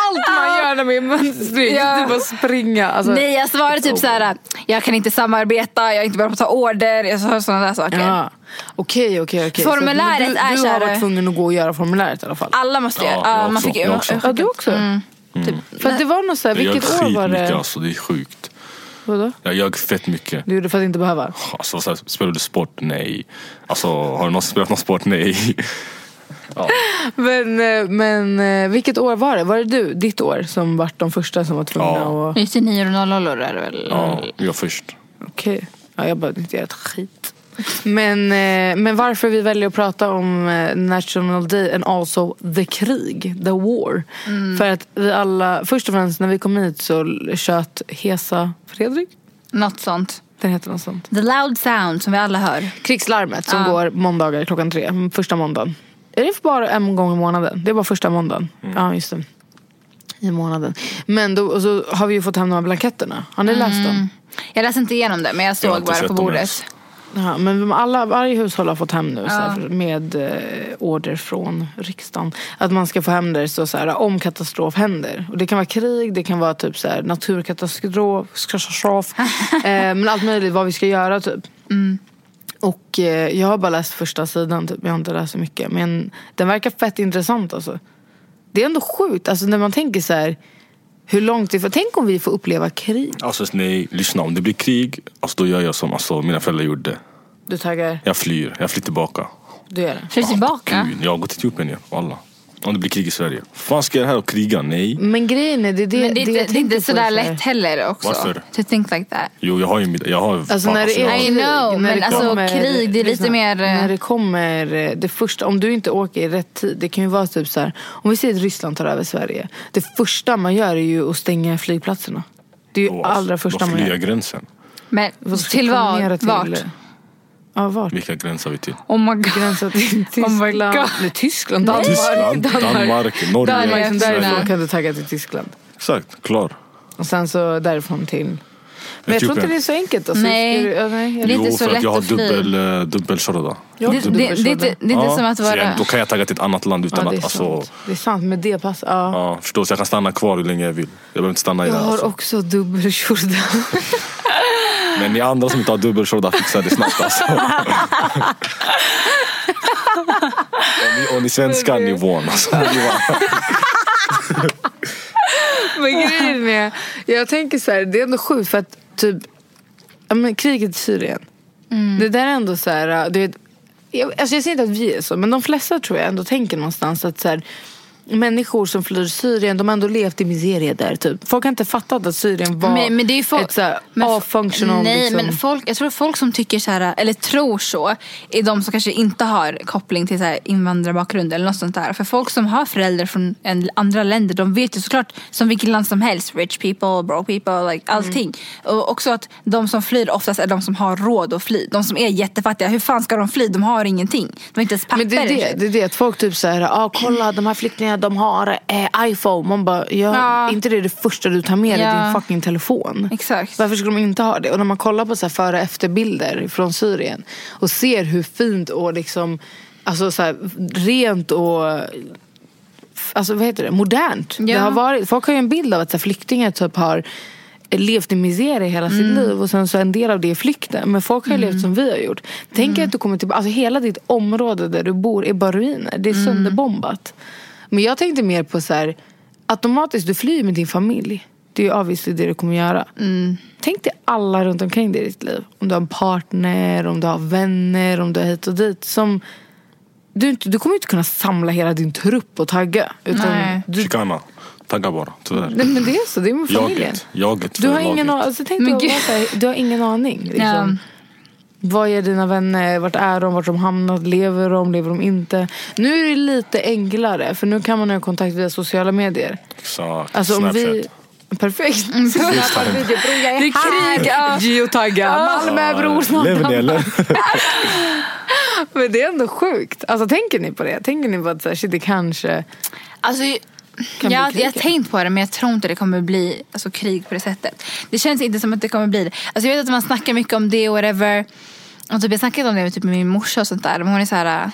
Speaker 1: Allt man gör när man är mönstring,
Speaker 4: Ah. Ja.
Speaker 1: typ att springa. Alltså,
Speaker 4: Nej jag svarade typ så här. jag kan inte samarbeta, jag är inte bra på att ta order, jag sa sådana där saker.
Speaker 1: Ja. Okej, okej, okej. Så-
Speaker 4: Formuläret
Speaker 1: men du,
Speaker 4: är
Speaker 1: du
Speaker 4: så här-
Speaker 1: har varit tvungen att gå och göra formuläret i alla fall.
Speaker 4: Alla måste
Speaker 3: Ja,
Speaker 4: göra,
Speaker 3: jag
Speaker 4: ja, man
Speaker 3: också,
Speaker 4: fick
Speaker 3: jag också.
Speaker 1: Ja, du också? Mm.
Speaker 4: Typ,
Speaker 1: För att det var något så här,
Speaker 3: Jag gör
Speaker 1: vilket år var
Speaker 3: skitmycket
Speaker 1: det?
Speaker 3: alltså, det är sjukt.
Speaker 1: Vadå?
Speaker 3: Jag gör fett mycket.
Speaker 1: Du gjorde för att inte behöva?
Speaker 3: Alltså, så här, spelar du sport? Nej. Alltså, har du någonsin spelat någon sport? Nej.
Speaker 1: Men, eh, men eh, vilket år var det? Var det du, ditt år som vart de första som var tvungna
Speaker 3: Ja.
Speaker 1: att...
Speaker 4: 99 och 00 är det väl?
Speaker 3: Ja,
Speaker 1: Mm.
Speaker 3: jag först.
Speaker 1: Okej. Ja, jag behövde inte göra ett skit. Men, eh, men varför vi väljer att prata om eh, National Day and also the krig, the war. För att vi alla, först och främst när vi kom hit så l- tjöt Hesa Fredrik,
Speaker 4: Något sånt.
Speaker 1: den heter något sånt.
Speaker 4: The loud sound som vi alla hör.
Speaker 1: Krigslarmet som
Speaker 4: Ja.
Speaker 1: går måndagar klockan tre, m- första måndagen. Är det för bara en gång i månaden? Det är bara första måndagen. Ja, just det. I månaden. Men då och så har vi ju fått hem de här blanketterna. Har ni läst dem?
Speaker 4: Jag läste inte igenom det men jag
Speaker 3: Jag har
Speaker 4: såg
Speaker 3: inte
Speaker 4: bara
Speaker 3: sett
Speaker 4: på
Speaker 3: dem
Speaker 4: bordet.
Speaker 3: ens.
Speaker 1: Ja, men alla, varje hushåll har fått hem nu så här, med eh, order från riksdagen. Att man ska få hem det så, så här, om katastrof händer. Och det kan vara krig, det kan vara typ så här, naturkatastrof, katastrof, eh, men allt möjligt vad vi ska göra typ. Och eh, jag har bara läst första sidan, typ. jag har inte läst så mycket. Men den verkar fett intressant alltså. Det är ändå sjukt, alltså när man tänker så här, hur långt vi får, tänk om vi får uppleva krig.
Speaker 3: Alltså, nej, lyssna. Om det blir krig, alltså, då gör jag som alltså, mina föräldrar gjorde.
Speaker 1: Du taggar,
Speaker 3: Jag flyr. Jag flyr tillbaka.
Speaker 1: du gör det.
Speaker 4: Flyr tillbaka.
Speaker 3: Gud, jag har gått till Etiopien igen. Alla. Om det blir krig i Sverige. Fan ska jag här och kriga? Nej.
Speaker 1: Men grejen är, det är det,
Speaker 4: Men det, är
Speaker 1: jag
Speaker 4: inte- det är
Speaker 1: tänker
Speaker 4: inte
Speaker 1: på
Speaker 4: sådär
Speaker 1: så här.
Speaker 4: lätt heller också.
Speaker 3: Varför?
Speaker 4: To think like that.
Speaker 3: Jo jag har ju mitt... Jag har,
Speaker 1: Alltså när det
Speaker 3: jag
Speaker 1: är
Speaker 3: har-
Speaker 4: I know, men alltså krig, det är lite
Speaker 1: lyssna,
Speaker 4: mer, eh,
Speaker 1: När det kommer eh, det första, om du inte åker i rätt tid. Det kan ju vara typ så här, om vi säger att Ryssland tar över Sverige. Det första man gör är ju att stänga flygplatserna. Det är ju
Speaker 3: Då-
Speaker 1: allra första
Speaker 3: alltså, Då
Speaker 1: man
Speaker 3: flyr
Speaker 1: gör.
Speaker 3: jag gränsen.
Speaker 4: Men
Speaker 1: Vad ska
Speaker 4: till
Speaker 1: vi planera
Speaker 4: vad?
Speaker 1: till?
Speaker 4: Vart?
Speaker 1: Ja, vart?
Speaker 3: Vilka gränser har vi till?
Speaker 4: Oh my god.
Speaker 1: Gränsa till Tyskland.
Speaker 4: Oh God.
Speaker 1: Nej, Tyskland?
Speaker 4: Nej.
Speaker 1: Danmark?
Speaker 3: Tyskland, Danmark, Norge,
Speaker 4: Danmark,
Speaker 1: Liksom
Speaker 3: Sverige.
Speaker 1: därifrån kan du tagga till Tyskland.
Speaker 3: Exakt, klar.
Speaker 1: Och sen så därifrån till... Men jag tror inte
Speaker 3: Etiopien.
Speaker 1: det är så enkelt. Alltså.
Speaker 4: Nej.
Speaker 1: Ska du- ja, nej, jag-
Speaker 4: Det är inte
Speaker 3: jo,
Speaker 4: så
Speaker 3: för
Speaker 4: lätt
Speaker 3: att jag har
Speaker 4: att fly.
Speaker 3: dubbel, eh, dubbel shurada.
Speaker 1: Ja,
Speaker 4: Det, det, det, det, är inte- det är inte som att
Speaker 3: Så
Speaker 4: vara...
Speaker 3: jag, då kan jag tagga till ett annat land utan
Speaker 1: Ja, det, är
Speaker 3: att... Alltså,
Speaker 1: sant. det är sant, med det pass. Ja.
Speaker 3: ja, förstår, så jag kan stanna kvar hur länge jag vill. Jag behöver inte stanna i
Speaker 1: Jag
Speaker 3: det här.
Speaker 1: har
Speaker 3: Alltså.
Speaker 1: också dubbel shurda.
Speaker 3: Men ni andra som inte har dubbel shurada, fixa det snabbt alltså. och, ni, och ni svenskar, ni vån alltså. Ni vån.
Speaker 1: Men grejen är, jag tänker så här, det är ändå sjukt för att typ, ja, men kriget i Syrien.
Speaker 4: Mm.
Speaker 1: Det där är ändå så här, du vet, jag, alltså jag säger inte att vi är så, men de flesta tror jag ändå tänker någonstans att så här, människor som flyr Syrien, de har ändå levt i miseria där typ. Folk har inte fattat att Syrien var
Speaker 4: Men, men det är ju folk,
Speaker 1: ett så här,
Speaker 4: men-
Speaker 1: avfunctional,
Speaker 4: Nej,
Speaker 1: liksom.
Speaker 4: men folk, jag tror folk som tycker så här, eller tror så, är de som kanske inte har koppling till så här invandrarbakgrund eller något sånt där. För folk som har föräldrar från en, andra länder, de vet ju såklart, som vilket land som helst, rich people, broke people, like,
Speaker 1: Mm.
Speaker 4: allting. Och också att de som flyr oftast är de som har råd att fly. De som är jättefattiga, hur fan ska de fly? De har ingenting. De har inte ens papper.
Speaker 1: Men det är
Speaker 4: i
Speaker 1: det,
Speaker 4: sig.
Speaker 1: det är det att folk typ såhär, ah, kolla de här flyktingarna de har eh, iPhone. Man bara, ja,
Speaker 4: Ja.
Speaker 1: inte det är det första du tar med dig,
Speaker 4: Ja.
Speaker 1: din fucking telefon.
Speaker 4: Exakt.
Speaker 1: Varför skulle de inte ha det? Och när man kollar på så här före och efterbilder från Syrien och ser hur fint och liksom, alltså så här, rent och alltså, vad heter det? modernt det
Speaker 4: Ja.
Speaker 1: har varit. Folk har ju en bild av att så här, flyktingar typ har levt i miseria hela sitt liv och sen så en del av det är flykten. Men folk har ju levt som vi har gjort. Tänk att du kommer tillbaka, alltså hela ditt område där du bor är bara ruiner. Det är sönderbombat. Men jag tänkte mer på så här, automatiskt du flyr med din familj. Det är ju obviously det du kommer göra. Tänk dig alla runt omkring dig i ditt liv. Om du har en partner, om du har vänner, om du har hit och dit. Som du, inte- du kommer inte kunna samla hela din trupp och tagga. Utan
Speaker 4: Nej.
Speaker 1: Du,
Speaker 3: Chicana, tagga bara, tyvärr.
Speaker 1: nej men det är så, det är med familjen.
Speaker 3: Jaget, jaget
Speaker 1: Du har,
Speaker 3: för
Speaker 1: ingen,
Speaker 3: laget.
Speaker 1: alltså, tänk
Speaker 4: Men
Speaker 1: dig att
Speaker 4: gud.
Speaker 1: vara så här, du har ingen aning. Liksom.
Speaker 4: Ja.
Speaker 1: Vad är dina vänner? Vart är de? Vart de hamnat? Lever de? Lever de inte? Nu är det lite enklare för nu kan man ha kontakt via sociala medier.
Speaker 3: Exakt,
Speaker 1: Alltså, om
Speaker 3: Snapchat.
Speaker 1: vi... Perfekt.
Speaker 4: Mm, Det är krig! ja.
Speaker 1: Geotagga. Malmö bror.
Speaker 3: Ja, Lever ni eller?
Speaker 1: Men det är ändå sjukt. Alltså, tänker ni på det? Tänker ni på att så här, shit, det kanske...
Speaker 4: Alltså,
Speaker 1: Kan
Speaker 4: jag,
Speaker 1: bli krig,
Speaker 4: jag har
Speaker 1: ja.
Speaker 4: tänkt på det men jag tror inte det kommer bli alltså, krig på det sättet. Det känns inte som att det kommer bli det. Alltså, jag vet att man snackar mycket om det och whatever. Och typ, jag snackade om det med, typ, med min morsa och sånt där. Men hon är så här... äh,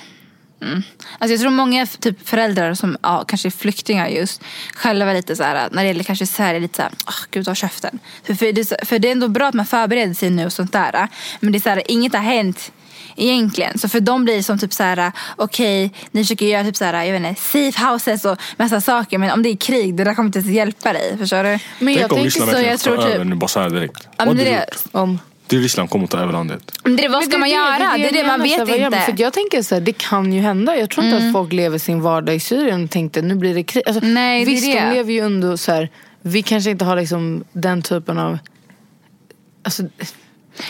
Speaker 4: Mm. Alltså jag tror många typ, föräldrar som ja, kanske är flyktingar just själva är lite så här, när det gäller kanske Sverige, lite så här, "Åh, gud ta käften. För, för, det, är så- för det är ändå bra att man förbereder sig nu och sånt där. äh. Men det är så här, inget har hänt egentligen. Så för dem blir det som typ så här, okej, ni försöker göra typ så här, jag vet inte, safe houses och massa saker. Men om det är krig, det där kommer inte ens hjälpa dig. Förstår du?
Speaker 1: Men
Speaker 3: Tänk
Speaker 1: jag
Speaker 3: om
Speaker 1: tänker
Speaker 3: Ryssland
Speaker 1: så,
Speaker 3: verkligen
Speaker 1: jag
Speaker 3: tar
Speaker 1: tror typ...
Speaker 3: över nu, bara så här direkt.
Speaker 4: Ja,
Speaker 3: Vad
Speaker 4: men det,
Speaker 3: hade du
Speaker 4: är-
Speaker 3: gjort?
Speaker 1: Om.
Speaker 3: Det är Ryssland kommer ta över landet.
Speaker 4: men det, är vad ska man göra? Det är det,
Speaker 1: jag
Speaker 4: man
Speaker 1: menar, så här,
Speaker 4: vet
Speaker 1: vad gör man?
Speaker 4: inte. Mm.
Speaker 1: För jag tänker så här, det kan ju hända. Jag tror inte att folk lever sin vardag i Syrien och tänkte nu blir det krig. Alltså,
Speaker 4: Nej, det är
Speaker 1: visst,
Speaker 4: det.
Speaker 1: de lever ju ändå så här, vi kanske inte har liksom den typen av alltså,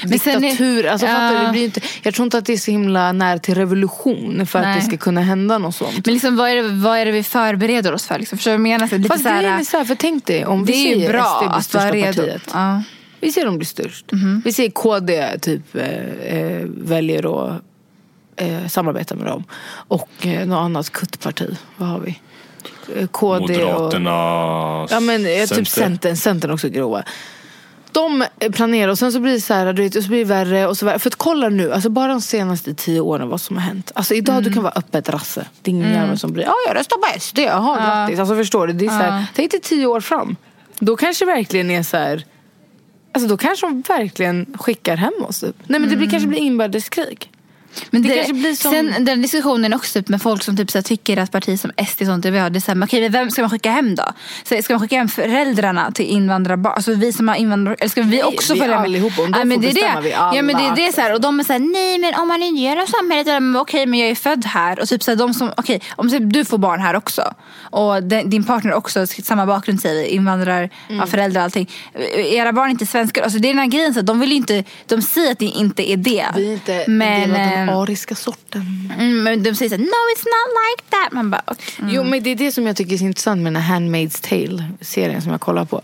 Speaker 4: Men sen är-
Speaker 1: diktatur. alltså, fattar du,
Speaker 4: Ja.
Speaker 1: det blir ju inte, jag tror inte att det är så himla nära till revolution för att
Speaker 4: Nej.
Speaker 1: det ska kunna hända något sånt.
Speaker 4: Men liksom, vad, är det, vad är det vi förbereder oss för? Liksom? Förstår du vad jag menar? Så lite
Speaker 1: Fast
Speaker 4: så här,
Speaker 1: grejen är så här, för tänk dig om vi
Speaker 4: det är ju
Speaker 1: ser SD
Speaker 4: bra
Speaker 1: bli
Speaker 4: att
Speaker 1: största
Speaker 4: vara redo.
Speaker 1: partiet.
Speaker 4: Ja.
Speaker 1: Vi ser dem bli störst. Vi ser KD typ eh, eh, väljer att eh, samarbeta med dem. Och eh, något annat kuttparti. Vad har vi? Eh, KD och...
Speaker 3: Moderaterna,
Speaker 1: Ja men eh, typ Centern. Centern också grova. De eh, planerar och sen så blir det så här, du vet, och så blir det värre och så värre. För att kolla nu, alltså bara de senaste tio åren vad som har hänt. Alltså idag du kan vara öppet rasse. Det är ingen jävel som blir, ja jag röstar på SD, jaha grattis. Alltså förstår du? Det är så här, tänk dig tio år fram. Då kanske det verkligen är så här, Mm. alltså då kanske de verkligen skickar hem oss. typ. Nej men det blir, kanske blir inbördeskrig.
Speaker 4: Men
Speaker 1: Det kanske blir som-
Speaker 4: Sen den diskussionen också typ, med folk som typ, så här, tycker att partier som SD och sånt är bra. Det är såhär, okej men vem ska man skicka hem då? Så, här, ska man skicka hem föräldrarna till invandrarbarn? Alltså vi som har invandrare, eller ska vi också
Speaker 1: vi
Speaker 4: följa med?
Speaker 1: allihop, om de
Speaker 4: Ja, men
Speaker 1: får
Speaker 4: det är
Speaker 1: bestämma,
Speaker 4: det.
Speaker 1: vi
Speaker 4: Ja men det är
Speaker 1: alla.
Speaker 4: det så här, och de är såhär, nej men om man inte gör av samhället, eller, men, okej men jag är född här. Och typ såhär, de som, okej om typ, du får barn här också och de, din partner också, samma bakgrund säger vi, invandrar,
Speaker 1: Mm.
Speaker 4: ja, föräldrar och allting. Eh, Era barn är inte svenskar. Alltså det är den här grejen, så här, de vill ju inte, de säger att det inte är det.
Speaker 1: Vi är inte
Speaker 4: men,
Speaker 1: en del av den
Speaker 4: eh,
Speaker 1: ariska sorten.
Speaker 4: Mm, men de säger såhär, no it's not like that. Man bara, okay. mm.
Speaker 1: Jo men det är det som jag tycker är så intressant med den här Handmaid's Tale-serien som jag kollar på.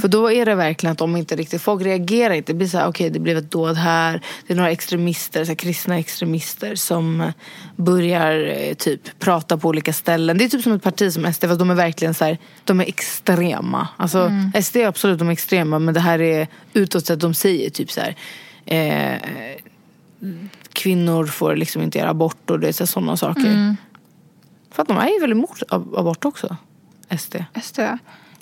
Speaker 1: För då är det verkligen att de inte riktigt, folk reagerar inte. Det blir så här, okej det blev ett dåd här. Det är några extremister, så här, kristna extremister som börjar eh, typ prata på olika ställen. Det är typ som ett parti som SD fast de är verkligen så här, de är extrema. Alltså SD är absolut de är extrema men det här är utåt sett de säger typ så här. Eh, kvinnor får liksom inte göra abort och det är så här sådana saker. För att de är ju väl emot ab- abort också, SD.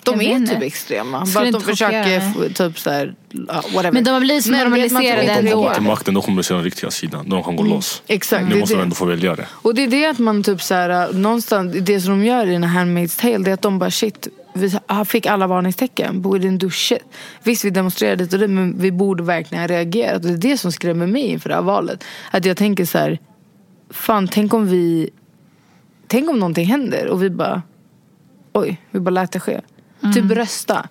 Speaker 1: De är typ extrema.
Speaker 4: Skulle
Speaker 1: Bara att de
Speaker 4: inte chockera
Speaker 1: försöker
Speaker 4: mig.
Speaker 1: f- typ såhär, ja, whatever.
Speaker 4: Men de har blivit så
Speaker 1: Men vet man att de inte
Speaker 4: normaliserade
Speaker 3: Om de
Speaker 4: ändå.
Speaker 3: kommer
Speaker 1: reagerar?
Speaker 3: till makten då kommer de se den riktiga sidan. De kommer gå loss.
Speaker 1: Mm, Exakt,
Speaker 3: Nu
Speaker 1: det är
Speaker 3: måste de
Speaker 1: det.
Speaker 3: ändå få välja det.
Speaker 1: Och det är det att man typ så här, någonstans, det som de gör i den här Handmaid's Tale, det är att de bara shit, vi fick alla varningstecken. Borde inte do shit. Visst vi demonstrerade dit och det, men vi borde verkligen ha reagerat. Och det är det som skrämmer mig inför det här valet. Att jag tänker så här, fan tänk om vi, tänk om någonting händer och vi bara, oj, vi bara lät det ske. Typ rösta.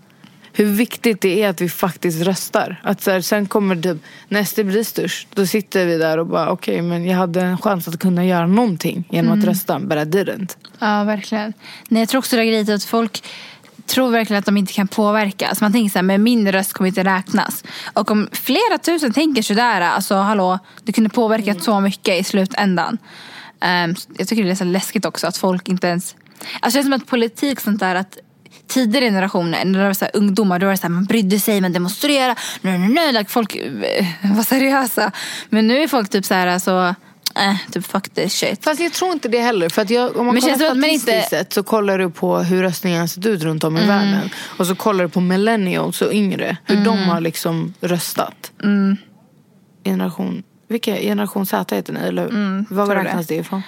Speaker 1: Hur viktigt det är att vi faktiskt röstar. Att så här, sen kommer det, när SD blir störst, då sitter vi där och bara okej, men jag hade en chans att kunna göra någonting genom att rösta, but I didn't.
Speaker 4: Ja, verkligen. Nej, jag tror också det är grejen att folk tror verkligen att de inte kan påverka. Alltså man tänker så här, men min röst kommer inte räknas. Och om flera tusen tänker sådär, alltså hallå, det kunde påverkat så mycket i slutändan. Ehm, så jag tycker det är så läskigt också att folk inte ens... Alltså det känns som att politik sånt där att tidigare generationer, när det var så här, ungdomar, då var det så här, man brydde sig, man demonstrerade. Nej, nej, nej, like, folk eh, var seriösa. Men nu är folk typ så här, alltså, eh, typ fuck this shit.
Speaker 1: Fast jag tror inte det heller. För att Mm. jag, om man
Speaker 4: Men
Speaker 1: kollar
Speaker 4: känns det som att man
Speaker 1: statistiskt
Speaker 4: inte-
Speaker 1: sett så kollar du på hur röstningen har sett ut runt om i världen. Och så kollar du på millennials och yngre, hur de har liksom röstat. Generation, vilka, generation Z heter ni, eller Var
Speaker 4: tror det.
Speaker 1: räknas Mm, det ifrån?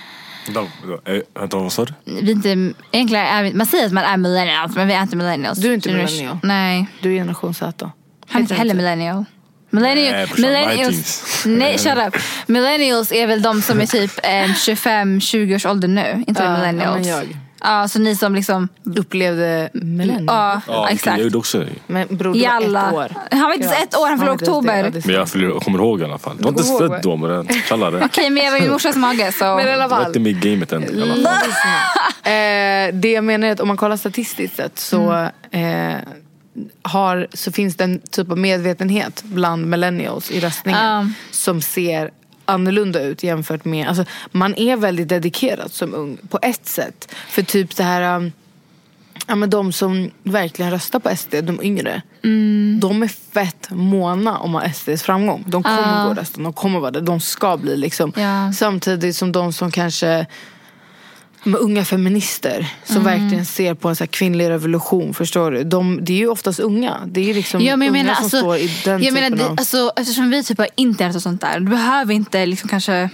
Speaker 3: De, de, eh, vänta, vad sa du?
Speaker 4: vi är inte, egentligen är vi, man säger att man är millennials men vi är inte millennials.
Speaker 1: Du är inte
Speaker 4: Generation-
Speaker 1: millennial.
Speaker 4: Nej,
Speaker 1: Du är generation Z.
Speaker 4: han är inte heller millennial. Millennial,
Speaker 3: Nej, brorsan,
Speaker 4: millennials,
Speaker 3: Vikings.
Speaker 4: nej, shut up. millennials är väl de som är typ 25-20 års ålder nu, inte
Speaker 1: Ja,
Speaker 4: millennials.
Speaker 1: ja, men jag.
Speaker 4: Ja, så ni som liksom...
Speaker 1: Upplevde millennium.
Speaker 4: Ja,
Speaker 3: Ja, okej,
Speaker 4: exakt.
Speaker 3: Jag gjorde också det.
Speaker 1: Men bror, du var
Speaker 4: Jalla.
Speaker 1: ett år.
Speaker 4: Han var inte ens ett år, han fyllde
Speaker 1: var inte ens
Speaker 4: oktober.
Speaker 1: det, ja,
Speaker 4: Okej,
Speaker 1: det
Speaker 3: Men jag fyller- kommer ihåg i alla fall. Du var inte
Speaker 1: kommer ihåg, va?
Speaker 3: född då men den kallade.
Speaker 4: men jag var i min morsas mage så...
Speaker 1: Men i alla
Speaker 3: Du var
Speaker 1: fall.
Speaker 3: inte med i gamet än
Speaker 1: Mm.
Speaker 3: i alla
Speaker 4: Mm.
Speaker 3: fall.
Speaker 1: Eh, det jag menar är att om man kollar statistiskt sett så, eh, har, så finns det en typ av medvetenhet bland millennials i röstningen
Speaker 4: Ja.
Speaker 1: som ser annorlunda ut jämfört med, alltså, man är väldigt dedikerad som ung på ett sätt. För typ det här, um, ja, men de som verkligen röstar på SD, de yngre,
Speaker 4: Mm.
Speaker 1: de är fett måna om SDs framgång. De kommer gå och rösta, de kommer vara där, de ska bli liksom.
Speaker 4: Ja.
Speaker 1: Samtidigt som de som kanske med unga feminister som
Speaker 4: Mm.
Speaker 1: verkligen ser på en så här kvinnlig revolution, förstår du? De, det är ju oftast unga. Det är ju liksom
Speaker 4: Ja, men jag
Speaker 1: unga
Speaker 4: menar,
Speaker 1: som
Speaker 4: alltså,
Speaker 1: står i den
Speaker 4: jag
Speaker 1: typen
Speaker 4: menar, det,
Speaker 1: av...
Speaker 4: alltså, eftersom vi typ har internet och sånt där, då behöver vi inte liksom kanske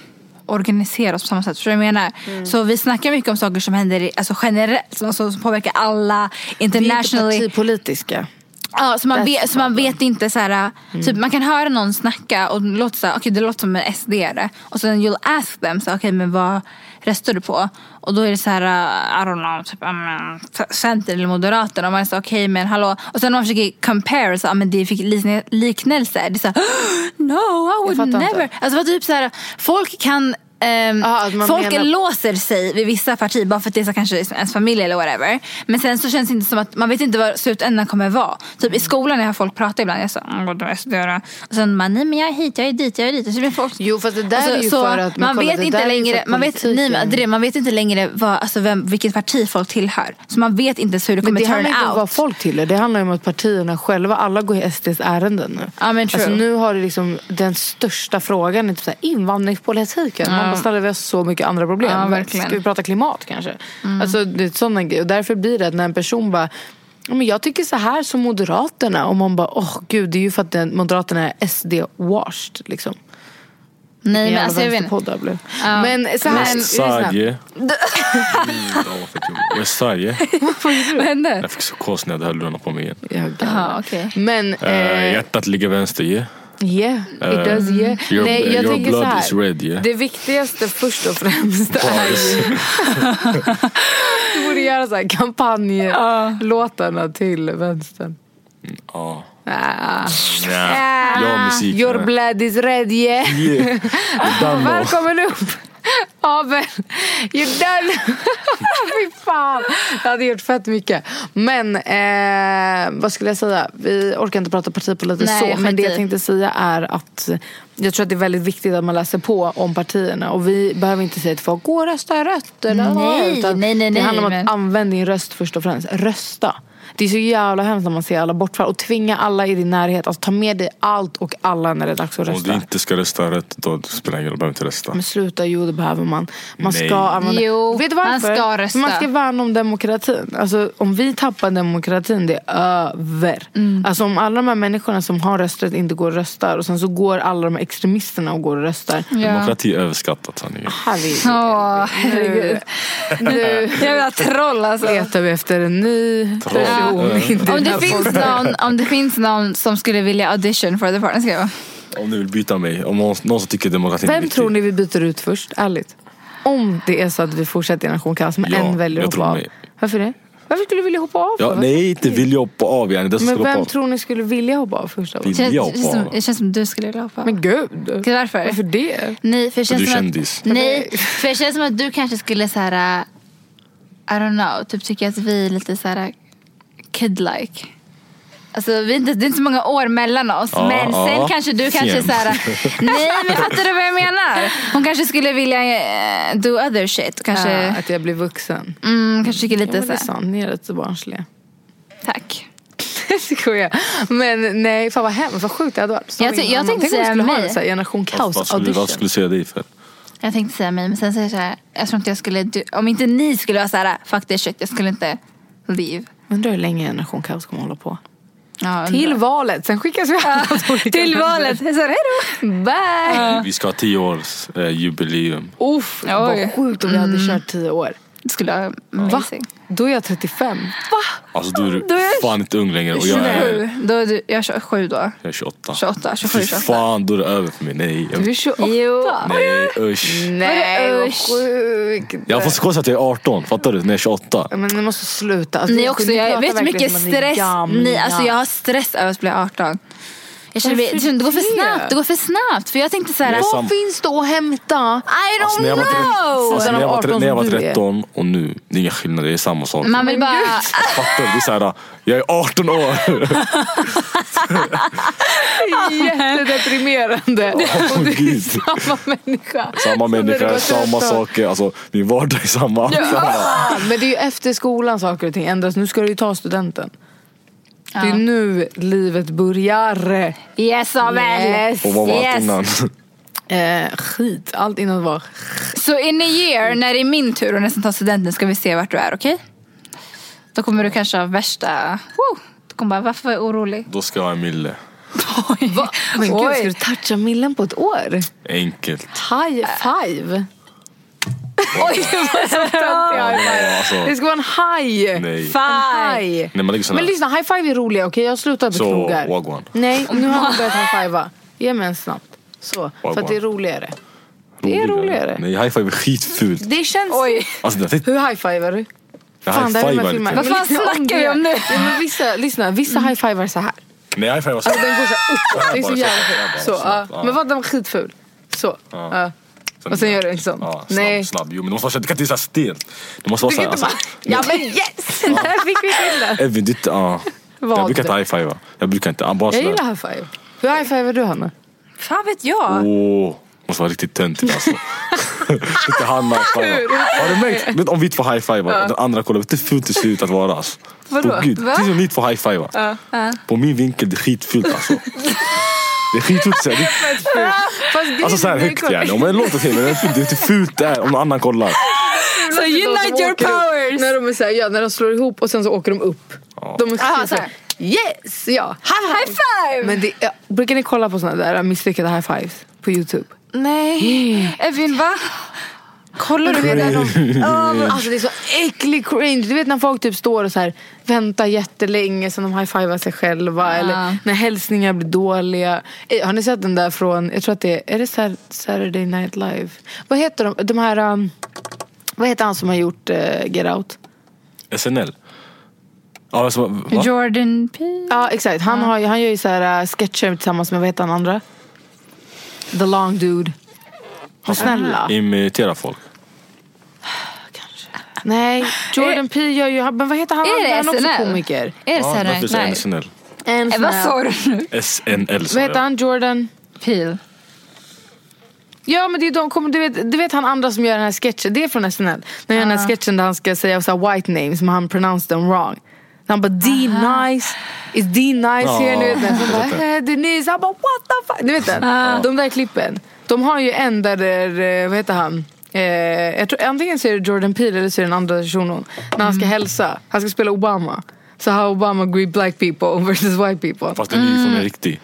Speaker 4: organisera oss på samma sätt. Förstår du vad jag menar?
Speaker 1: Mm.
Speaker 4: Så vi snackar mycket om saker som händer i- alltså generellt, som, alltså, som påverkar alla
Speaker 1: Vi är inte
Speaker 4: internationally.
Speaker 1: partipolitiska.
Speaker 4: Ja, så man,
Speaker 1: That's
Speaker 4: vet,
Speaker 1: the
Speaker 4: så man vet inte så här,
Speaker 1: Mm.
Speaker 4: typ, man kan höra någon snacka och det låter så här, okej det låter som en SD-are. Och sen you'll ask them, så här, okej men vad röstar du på? Och då är det så här, uh, I don't know, typ, ja, men, Center eller Moderaterna. Och man är så här, okej men hallå. Och sen när man försöker compare, så, ja, men det fick likn- liknelser. Det är så här, no I would
Speaker 1: fattar inte.
Speaker 4: never. Alltså vad typ så här, folk kan ehm,
Speaker 1: Ja, att man
Speaker 4: folk
Speaker 1: menar-
Speaker 4: låser sig vid vissa partier bara för att det är så kanske ens familj eller whatever. Men sen så känns det inte som att man vet inte vad slutändan kommer vara. Typ i skolan när jag har folk pratar ibland, jag säger vad är SD då?" Och sen man, nej men jag är hit, jag är dit, jag är dit. Och så blir folk...
Speaker 1: Jo, fast det där är ju
Speaker 4: så
Speaker 1: för att- men
Speaker 4: man
Speaker 1: kolla,
Speaker 4: vet
Speaker 1: det
Speaker 4: inte
Speaker 1: där är ju
Speaker 4: längre,
Speaker 1: för
Speaker 4: man vet, nej,
Speaker 1: politiken.
Speaker 4: men Adrian, man vet inte längre vad, alltså vem, vilket parti folk tillhör. Så man vet inte ens hur det
Speaker 1: Men
Speaker 4: kommer
Speaker 1: det
Speaker 4: turn
Speaker 1: handlar inte om
Speaker 4: out.
Speaker 1: vad folk tillhör. Det handlar ju om att partierna själva, alla går i SDs ärenden nu.
Speaker 4: Ja, men true.
Speaker 1: alltså, nu har det liksom den största frågan är typ så här, invandringspolitiken. Man bara snälla vi har så mycket andra problem.
Speaker 4: Ja, verkligen. Mm.
Speaker 1: Ska vi prata klimat kanske? Alltså det är sådana grejer. Och därför blir det att när en person bara "Ja, men jag tycker så här som Moderaterna. Och man bara, åh gud, det är ju för att den, Moderaterna är SD-washed. Liksom.
Speaker 4: Nej, men
Speaker 1: jävla
Speaker 4: alltså, jag vet inte.
Speaker 1: vänsterpodd det här blev. Men så här, lyssna.
Speaker 3: Sverige. Mm, ja, vad fick jag- West Side.
Speaker 4: Vad hände?
Speaker 3: Jag fick psykos när jag hade hörlurarna på mig igen.
Speaker 4: Jaha, okej.
Speaker 1: Men,
Speaker 3: Eh,
Speaker 1: eh,
Speaker 3: hjärtat ligger vänster yeah.
Speaker 1: yeah,
Speaker 3: eh,
Speaker 1: it does yeah.
Speaker 3: your,
Speaker 1: Nej, jag
Speaker 3: your
Speaker 1: tänker så
Speaker 3: blood is
Speaker 1: här.
Speaker 3: red yeah.
Speaker 1: Det viktigaste först och främst är ju... du borde göra så här kampanjlåtarna till vänstern.
Speaker 3: Ja.
Speaker 1: Ah.
Speaker 3: Nja, Jag har musik.
Speaker 1: Your
Speaker 3: nej.
Speaker 1: blood is red yeah.
Speaker 3: Yeah. Danne.
Speaker 1: Välkommen upp! Abel, you're done! Fy fan! Jag hade gjort fett mycket. Men eh, vad skulle jag säga? Vi orkar inte prata partipolitik
Speaker 4: Nej,
Speaker 1: så. Men det
Speaker 4: skit i.
Speaker 1: jag tänkte säga är att jag tror att det är väldigt viktigt att man läser på om partierna. Och vi behöver inte säga till folk, gå och rösta rött. Eller
Speaker 4: Nej,
Speaker 1: utan
Speaker 4: nej, nej,
Speaker 1: Det
Speaker 4: nej,
Speaker 1: handlar om
Speaker 4: men-
Speaker 1: att använda din röst först och främst. Rösta. Det är så jävla hemskt när man ser alla bortfall. Och tvinga alla i din närhet. Alltså, ta med dig allt och alla när det är dags att
Speaker 3: Om du
Speaker 1: rösta.
Speaker 3: inte ska rösta rätt, då spelar det ingen roll. Du behöver inte rösta.
Speaker 1: Men sluta, jo det behöver man. Man
Speaker 3: Nej.
Speaker 1: ska använda...
Speaker 4: Jo,
Speaker 1: Vet du
Speaker 4: man
Speaker 1: varför?
Speaker 4: ska rösta.
Speaker 1: Man ska värna om demokratin. Alltså, om vi tappar demokratin, det är över.
Speaker 4: Mm.
Speaker 1: Alltså, om alla de här människorna som har rösträtt inte går och röstar och sen så går alla de här extremisterna och går och röstar.
Speaker 4: Ja.
Speaker 3: Demokrati är överskattat sanningen.
Speaker 1: Herregud.
Speaker 4: Åh, herregud.
Speaker 1: Nu
Speaker 4: Jag vill ha troll alltså.
Speaker 1: letar vi efter en ny
Speaker 3: Troll.
Speaker 1: person.
Speaker 3: Ja.
Speaker 1: Inte
Speaker 4: Om
Speaker 1: den här
Speaker 4: det, finns
Speaker 1: podden.
Speaker 4: någon, om det finns någon som skulle vilja audition för The Partner ska jag.
Speaker 3: Om ni vill byta mig, om någon, någon som tycker demokratin är
Speaker 1: Vem
Speaker 3: viktig.
Speaker 1: tror ni vi byter ut först? Ärligt. Om det är så att vi fortsätter i Nation Kaos men
Speaker 3: Ja,
Speaker 1: en väljer
Speaker 3: jag
Speaker 1: att
Speaker 3: tror
Speaker 1: hoppa av.
Speaker 3: mig.
Speaker 1: Varför det? Varför skulle du vilja hoppa av?
Speaker 3: Ja,
Speaker 1: för?
Speaker 3: nej, inte vill jag hoppa av yani. Det som
Speaker 1: Men
Speaker 3: ska hoppa
Speaker 1: vem
Speaker 3: av.
Speaker 1: tror ni skulle vilja hoppa av först av
Speaker 3: Vill
Speaker 1: oss?
Speaker 4: Känns,
Speaker 3: jag
Speaker 4: känns,
Speaker 3: hoppa
Speaker 4: som,
Speaker 3: av?
Speaker 4: det känns som du skulle vilja hoppa av.
Speaker 1: Men gud.
Speaker 4: Varför?
Speaker 1: Varför det?
Speaker 4: Nej, för det
Speaker 3: Du är
Speaker 4: känns som
Speaker 3: kändis.
Speaker 4: att, nej, för det känns som att du kanske skulle så här, äh, I don't know, typ tycka att vi är lite så här äh, kid-like. Alltså vi är inte, det är inte så många år mellan oss.
Speaker 3: Ja,
Speaker 4: men sen
Speaker 3: ja.
Speaker 4: kanske du kanske
Speaker 3: Fjämt.
Speaker 4: så här. äh, nej men fattar du vad jag menar? Hon kanske skulle vilja eh, do other shit. och Kanske,
Speaker 1: Ja, att jag blir vuxen.
Speaker 4: mm, kanske tycker
Speaker 1: Ja,
Speaker 4: lite
Speaker 1: men
Speaker 4: så
Speaker 1: det är
Speaker 4: här.
Speaker 1: sant, ni är lite barnsliga.
Speaker 4: Tack.
Speaker 1: Skojar. Men nej, fan vad hemskt, vad sjukt det hade varit. Som
Speaker 4: Jag ty-
Speaker 1: min
Speaker 4: jag
Speaker 1: mamma.
Speaker 4: tänkte
Speaker 1: Tänk om vi
Speaker 4: säga
Speaker 1: skulle ha
Speaker 4: mig.
Speaker 1: en sån här generation
Speaker 3: Vad- Vad
Speaker 1: kaos
Speaker 3: skulle,
Speaker 1: audition.
Speaker 3: vad skulle du säga dig för?
Speaker 4: Jag tänkte säga mig men sen säger jag så här. Jag tror inte jag skulle, do, om inte ni skulle vara så här, äh, fuck this shit, jag skulle inte leave.
Speaker 1: Undrar hur länge generation kaos kommer hålla på.
Speaker 4: Ja,
Speaker 1: Till
Speaker 4: undrar.
Speaker 1: valet, sen skickas vi alla åt olika
Speaker 4: till
Speaker 1: länder.
Speaker 4: valet. Jag sa hejdå.
Speaker 1: Bye!
Speaker 3: Vi ska ha tio års eh, jubileum.
Speaker 1: Uff, vad
Speaker 4: Oj. Mm.
Speaker 1: sjukt om vi hade kört tio år.
Speaker 4: Det skulle vara
Speaker 1: Va?
Speaker 4: amazing.
Speaker 1: Då är jag 35.
Speaker 3: Alltså du är
Speaker 4: Då är-
Speaker 3: fan inte ung längre och jag är,
Speaker 4: Sju. Då är du, jag kör sju då.
Speaker 3: jag är 28.
Speaker 4: 28, 27,
Speaker 3: Fy
Speaker 4: 28.
Speaker 3: fan, då är det över för mig. Nej, jag,
Speaker 1: Du Mm. är 28.
Speaker 4: Jo.
Speaker 3: nej usch.
Speaker 1: Nej, vad
Speaker 4: Usch.
Speaker 1: sjukt.
Speaker 3: Jag får psykos att jag är 18, fattar du? När jag är 28.
Speaker 1: Ja, Men ni måste sluta. Alltså,
Speaker 4: Ni
Speaker 1: jag-
Speaker 4: också,
Speaker 1: ni
Speaker 4: jag
Speaker 1: pratar
Speaker 4: vet hur
Speaker 1: verkligen
Speaker 4: mycket
Speaker 1: som att ni är
Speaker 4: stress ni,
Speaker 1: gamla.
Speaker 4: alltså jag har stress över att bli 18. Jag känner,
Speaker 1: Varför
Speaker 4: det, det går för
Speaker 1: det?
Speaker 4: snabbt, det går för snabbt. För jag tänkte så här,
Speaker 3: Jag är sam-
Speaker 1: Vad finns då att hämta?
Speaker 4: I don't
Speaker 3: Alltså, när jag var
Speaker 4: know!
Speaker 3: Alltså,
Speaker 1: Sen
Speaker 3: när jag
Speaker 1: de
Speaker 3: var, tre- när jag
Speaker 1: 18 som
Speaker 3: var
Speaker 1: du är.
Speaker 3: 13 och nu, det är inga skillnader, det är samma sak.
Speaker 4: Man vill bara,
Speaker 3: Fattar du? Det är såhär, jag är 18 år.
Speaker 1: Jättedeprimerande.
Speaker 3: Åh, gud.
Speaker 1: Samma människa.
Speaker 3: Samma
Speaker 1: Som när du var
Speaker 3: människa,
Speaker 1: 13.
Speaker 3: samma saker. Alltså, min vardag är samma.
Speaker 1: Ja, Men det är ju efter skolan saker och ting ändras. Nu ska du ju ta studenten. Det är ju nu livet börjar.
Speaker 4: yes Abel!
Speaker 1: Yes.
Speaker 3: Och vad var allt innan?
Speaker 1: Eh, skit, allt innan var
Speaker 4: Så in a year, när det är min tur och nästan ta studenten ska vi se vart du är, okej? Då kommer du kanske ha värsta... Woo! Du kommer bara, varför var jag orolig?
Speaker 3: Då ska jag ha en mille.
Speaker 4: Oj.
Speaker 1: Men gud, ska du
Speaker 4: Oj.
Speaker 1: toucha millen på ett år?
Speaker 3: Enkelt.
Speaker 1: High five.
Speaker 3: Alltså,
Speaker 1: Det ska vara en high.
Speaker 3: nej.
Speaker 1: En high.
Speaker 3: När man ligger sån
Speaker 1: Men
Speaker 3: här.
Speaker 1: lyssna, high five är roliga. Okej, jag slutar med
Speaker 3: Så,
Speaker 1: knogar.
Speaker 3: wagwan.
Speaker 1: Nej, nu har han börjat high fivea. Ge mig en snabbt. Så, för att det är roligare. Det är roligare.
Speaker 3: Nej, high five är skitfult.
Speaker 1: Det känns...
Speaker 3: Alltså, det,
Speaker 1: Hur high fivar du?
Speaker 3: jag
Speaker 1: Fan, det här är
Speaker 3: high-fivar
Speaker 1: med
Speaker 3: lite.
Speaker 1: filmen.
Speaker 4: Vad fan snackar vi om nu? Mm.
Speaker 1: Ja, men vissa, lyssna, vissa high fivar så här.
Speaker 3: Nej, high five var så.
Speaker 1: Den går så här uppåt. Det är så jävla
Speaker 3: bara
Speaker 1: så, ja.
Speaker 3: snabbt, ja.
Speaker 1: Men vad, den var skitful. Så.
Speaker 3: Ja.
Speaker 1: ja. Och sen gör du en sån.
Speaker 3: Ja, snabb,
Speaker 1: Nej.
Speaker 3: snabb. Jo, men det måste vara så. Det kan inte vara så här stelt. Det måste vara
Speaker 1: Du
Speaker 3: så
Speaker 1: kan
Speaker 3: här.
Speaker 1: inte
Speaker 3: Alltså,
Speaker 1: bara... Ja men yes! Där fick vi till den.
Speaker 3: Evin, ditt... Ja.
Speaker 1: Vad? typ?
Speaker 3: Jag brukar inte high five. Jag brukar inte. Bara
Speaker 1: Jag gillar
Speaker 3: sådär.
Speaker 1: high five. Hur high fivar du Hanna?
Speaker 4: Fan vet jag.
Speaker 1: Mm.
Speaker 3: Åh. Måste vara riktigt töntigt alltså. Inte han high five. Har du märkt? Vet, om vi två high five och den andra kollar. Vet du hur fult det ser ut att vara alltså.
Speaker 1: Vadå?
Speaker 3: Åh, Gud,
Speaker 4: Va?
Speaker 3: precis som ni två high five. På min vinkel, det är skitfult alltså. Det är skitfult. så här. Det-
Speaker 1: Fast det är
Speaker 3: Alltså såhär
Speaker 1: när vi
Speaker 3: högt
Speaker 1: kollar-
Speaker 3: gärna. Om en låt okej men det är fult- det är inte fult det är om någon annan kollar.
Speaker 4: Så unite
Speaker 1: åker
Speaker 4: your
Speaker 1: upp.
Speaker 4: powers!
Speaker 1: När de, är så här, ja, när de slår ihop och sen så åker de upp. De är
Speaker 4: Aha,
Speaker 1: så här, yes! Ja.
Speaker 4: High five!
Speaker 1: Men det, ja, brukar ni kolla på såna där misslyckade high fives på Youtube?
Speaker 4: Nej. Evin, va?
Speaker 1: Kollar du? Vet, de, alltså det är så äcklig cringe. Du vet när folk typ står och så här, väntar jättelänge sen de high-fivar sig själva. Eller när hälsningar blir dåliga. Eh, Har ni sett den där från, jag tror att det är, är det Sat- Saturday Night Live? Vad heter de, de här, um, vad heter han som har gjort eh, Get Out?
Speaker 3: SNL. Ja, alltså, va?
Speaker 4: Jordan P.
Speaker 1: Ja exakt, han, har, ju- han gör ju så här, eh, sketcher tillsammans med, vad heter han andra? The Long Dude. Men snälla.
Speaker 3: Imitera folk.
Speaker 1: Nej, Jordan P gör ju, men vad heter han?
Speaker 4: Eh, Är det
Speaker 1: han är också
Speaker 4: SNL?
Speaker 1: komiker.
Speaker 4: Är det
Speaker 3: Ja,
Speaker 4: Saturday
Speaker 3: varför
Speaker 4: Night
Speaker 3: säger jag
Speaker 4: Live?
Speaker 3: SNL?
Speaker 1: En
Speaker 4: Eh, Vad
Speaker 1: snäll.
Speaker 4: sa du nu?
Speaker 3: SNL sa
Speaker 1: Vad heter
Speaker 3: jag.
Speaker 1: han? Jordan?
Speaker 4: Peel.
Speaker 1: Ja men det är de, kommer- du, vet, du vet han andra som gör den här sketchen, det är från SNL. När han gör den här sketchen där han ska säga så här white names men han pronounced them wrong. Han bara D-nice, is D-nice
Speaker 3: Ja,
Speaker 1: here nu?
Speaker 3: jag
Speaker 1: Han bara
Speaker 3: vet inte.
Speaker 1: "Eh, Denise, han bara what the fuck. Du vet den? De där klippen. De har ju en där, eh, vad heter han? Eh, jag tror, antingen så är det Jordan Peele eller så är det den andra personen. När han ska hälsa, han ska spela Obama. Så how Obama greet black people versus white people.
Speaker 3: Fast den är ju från
Speaker 1: Mm.
Speaker 3: en riktig.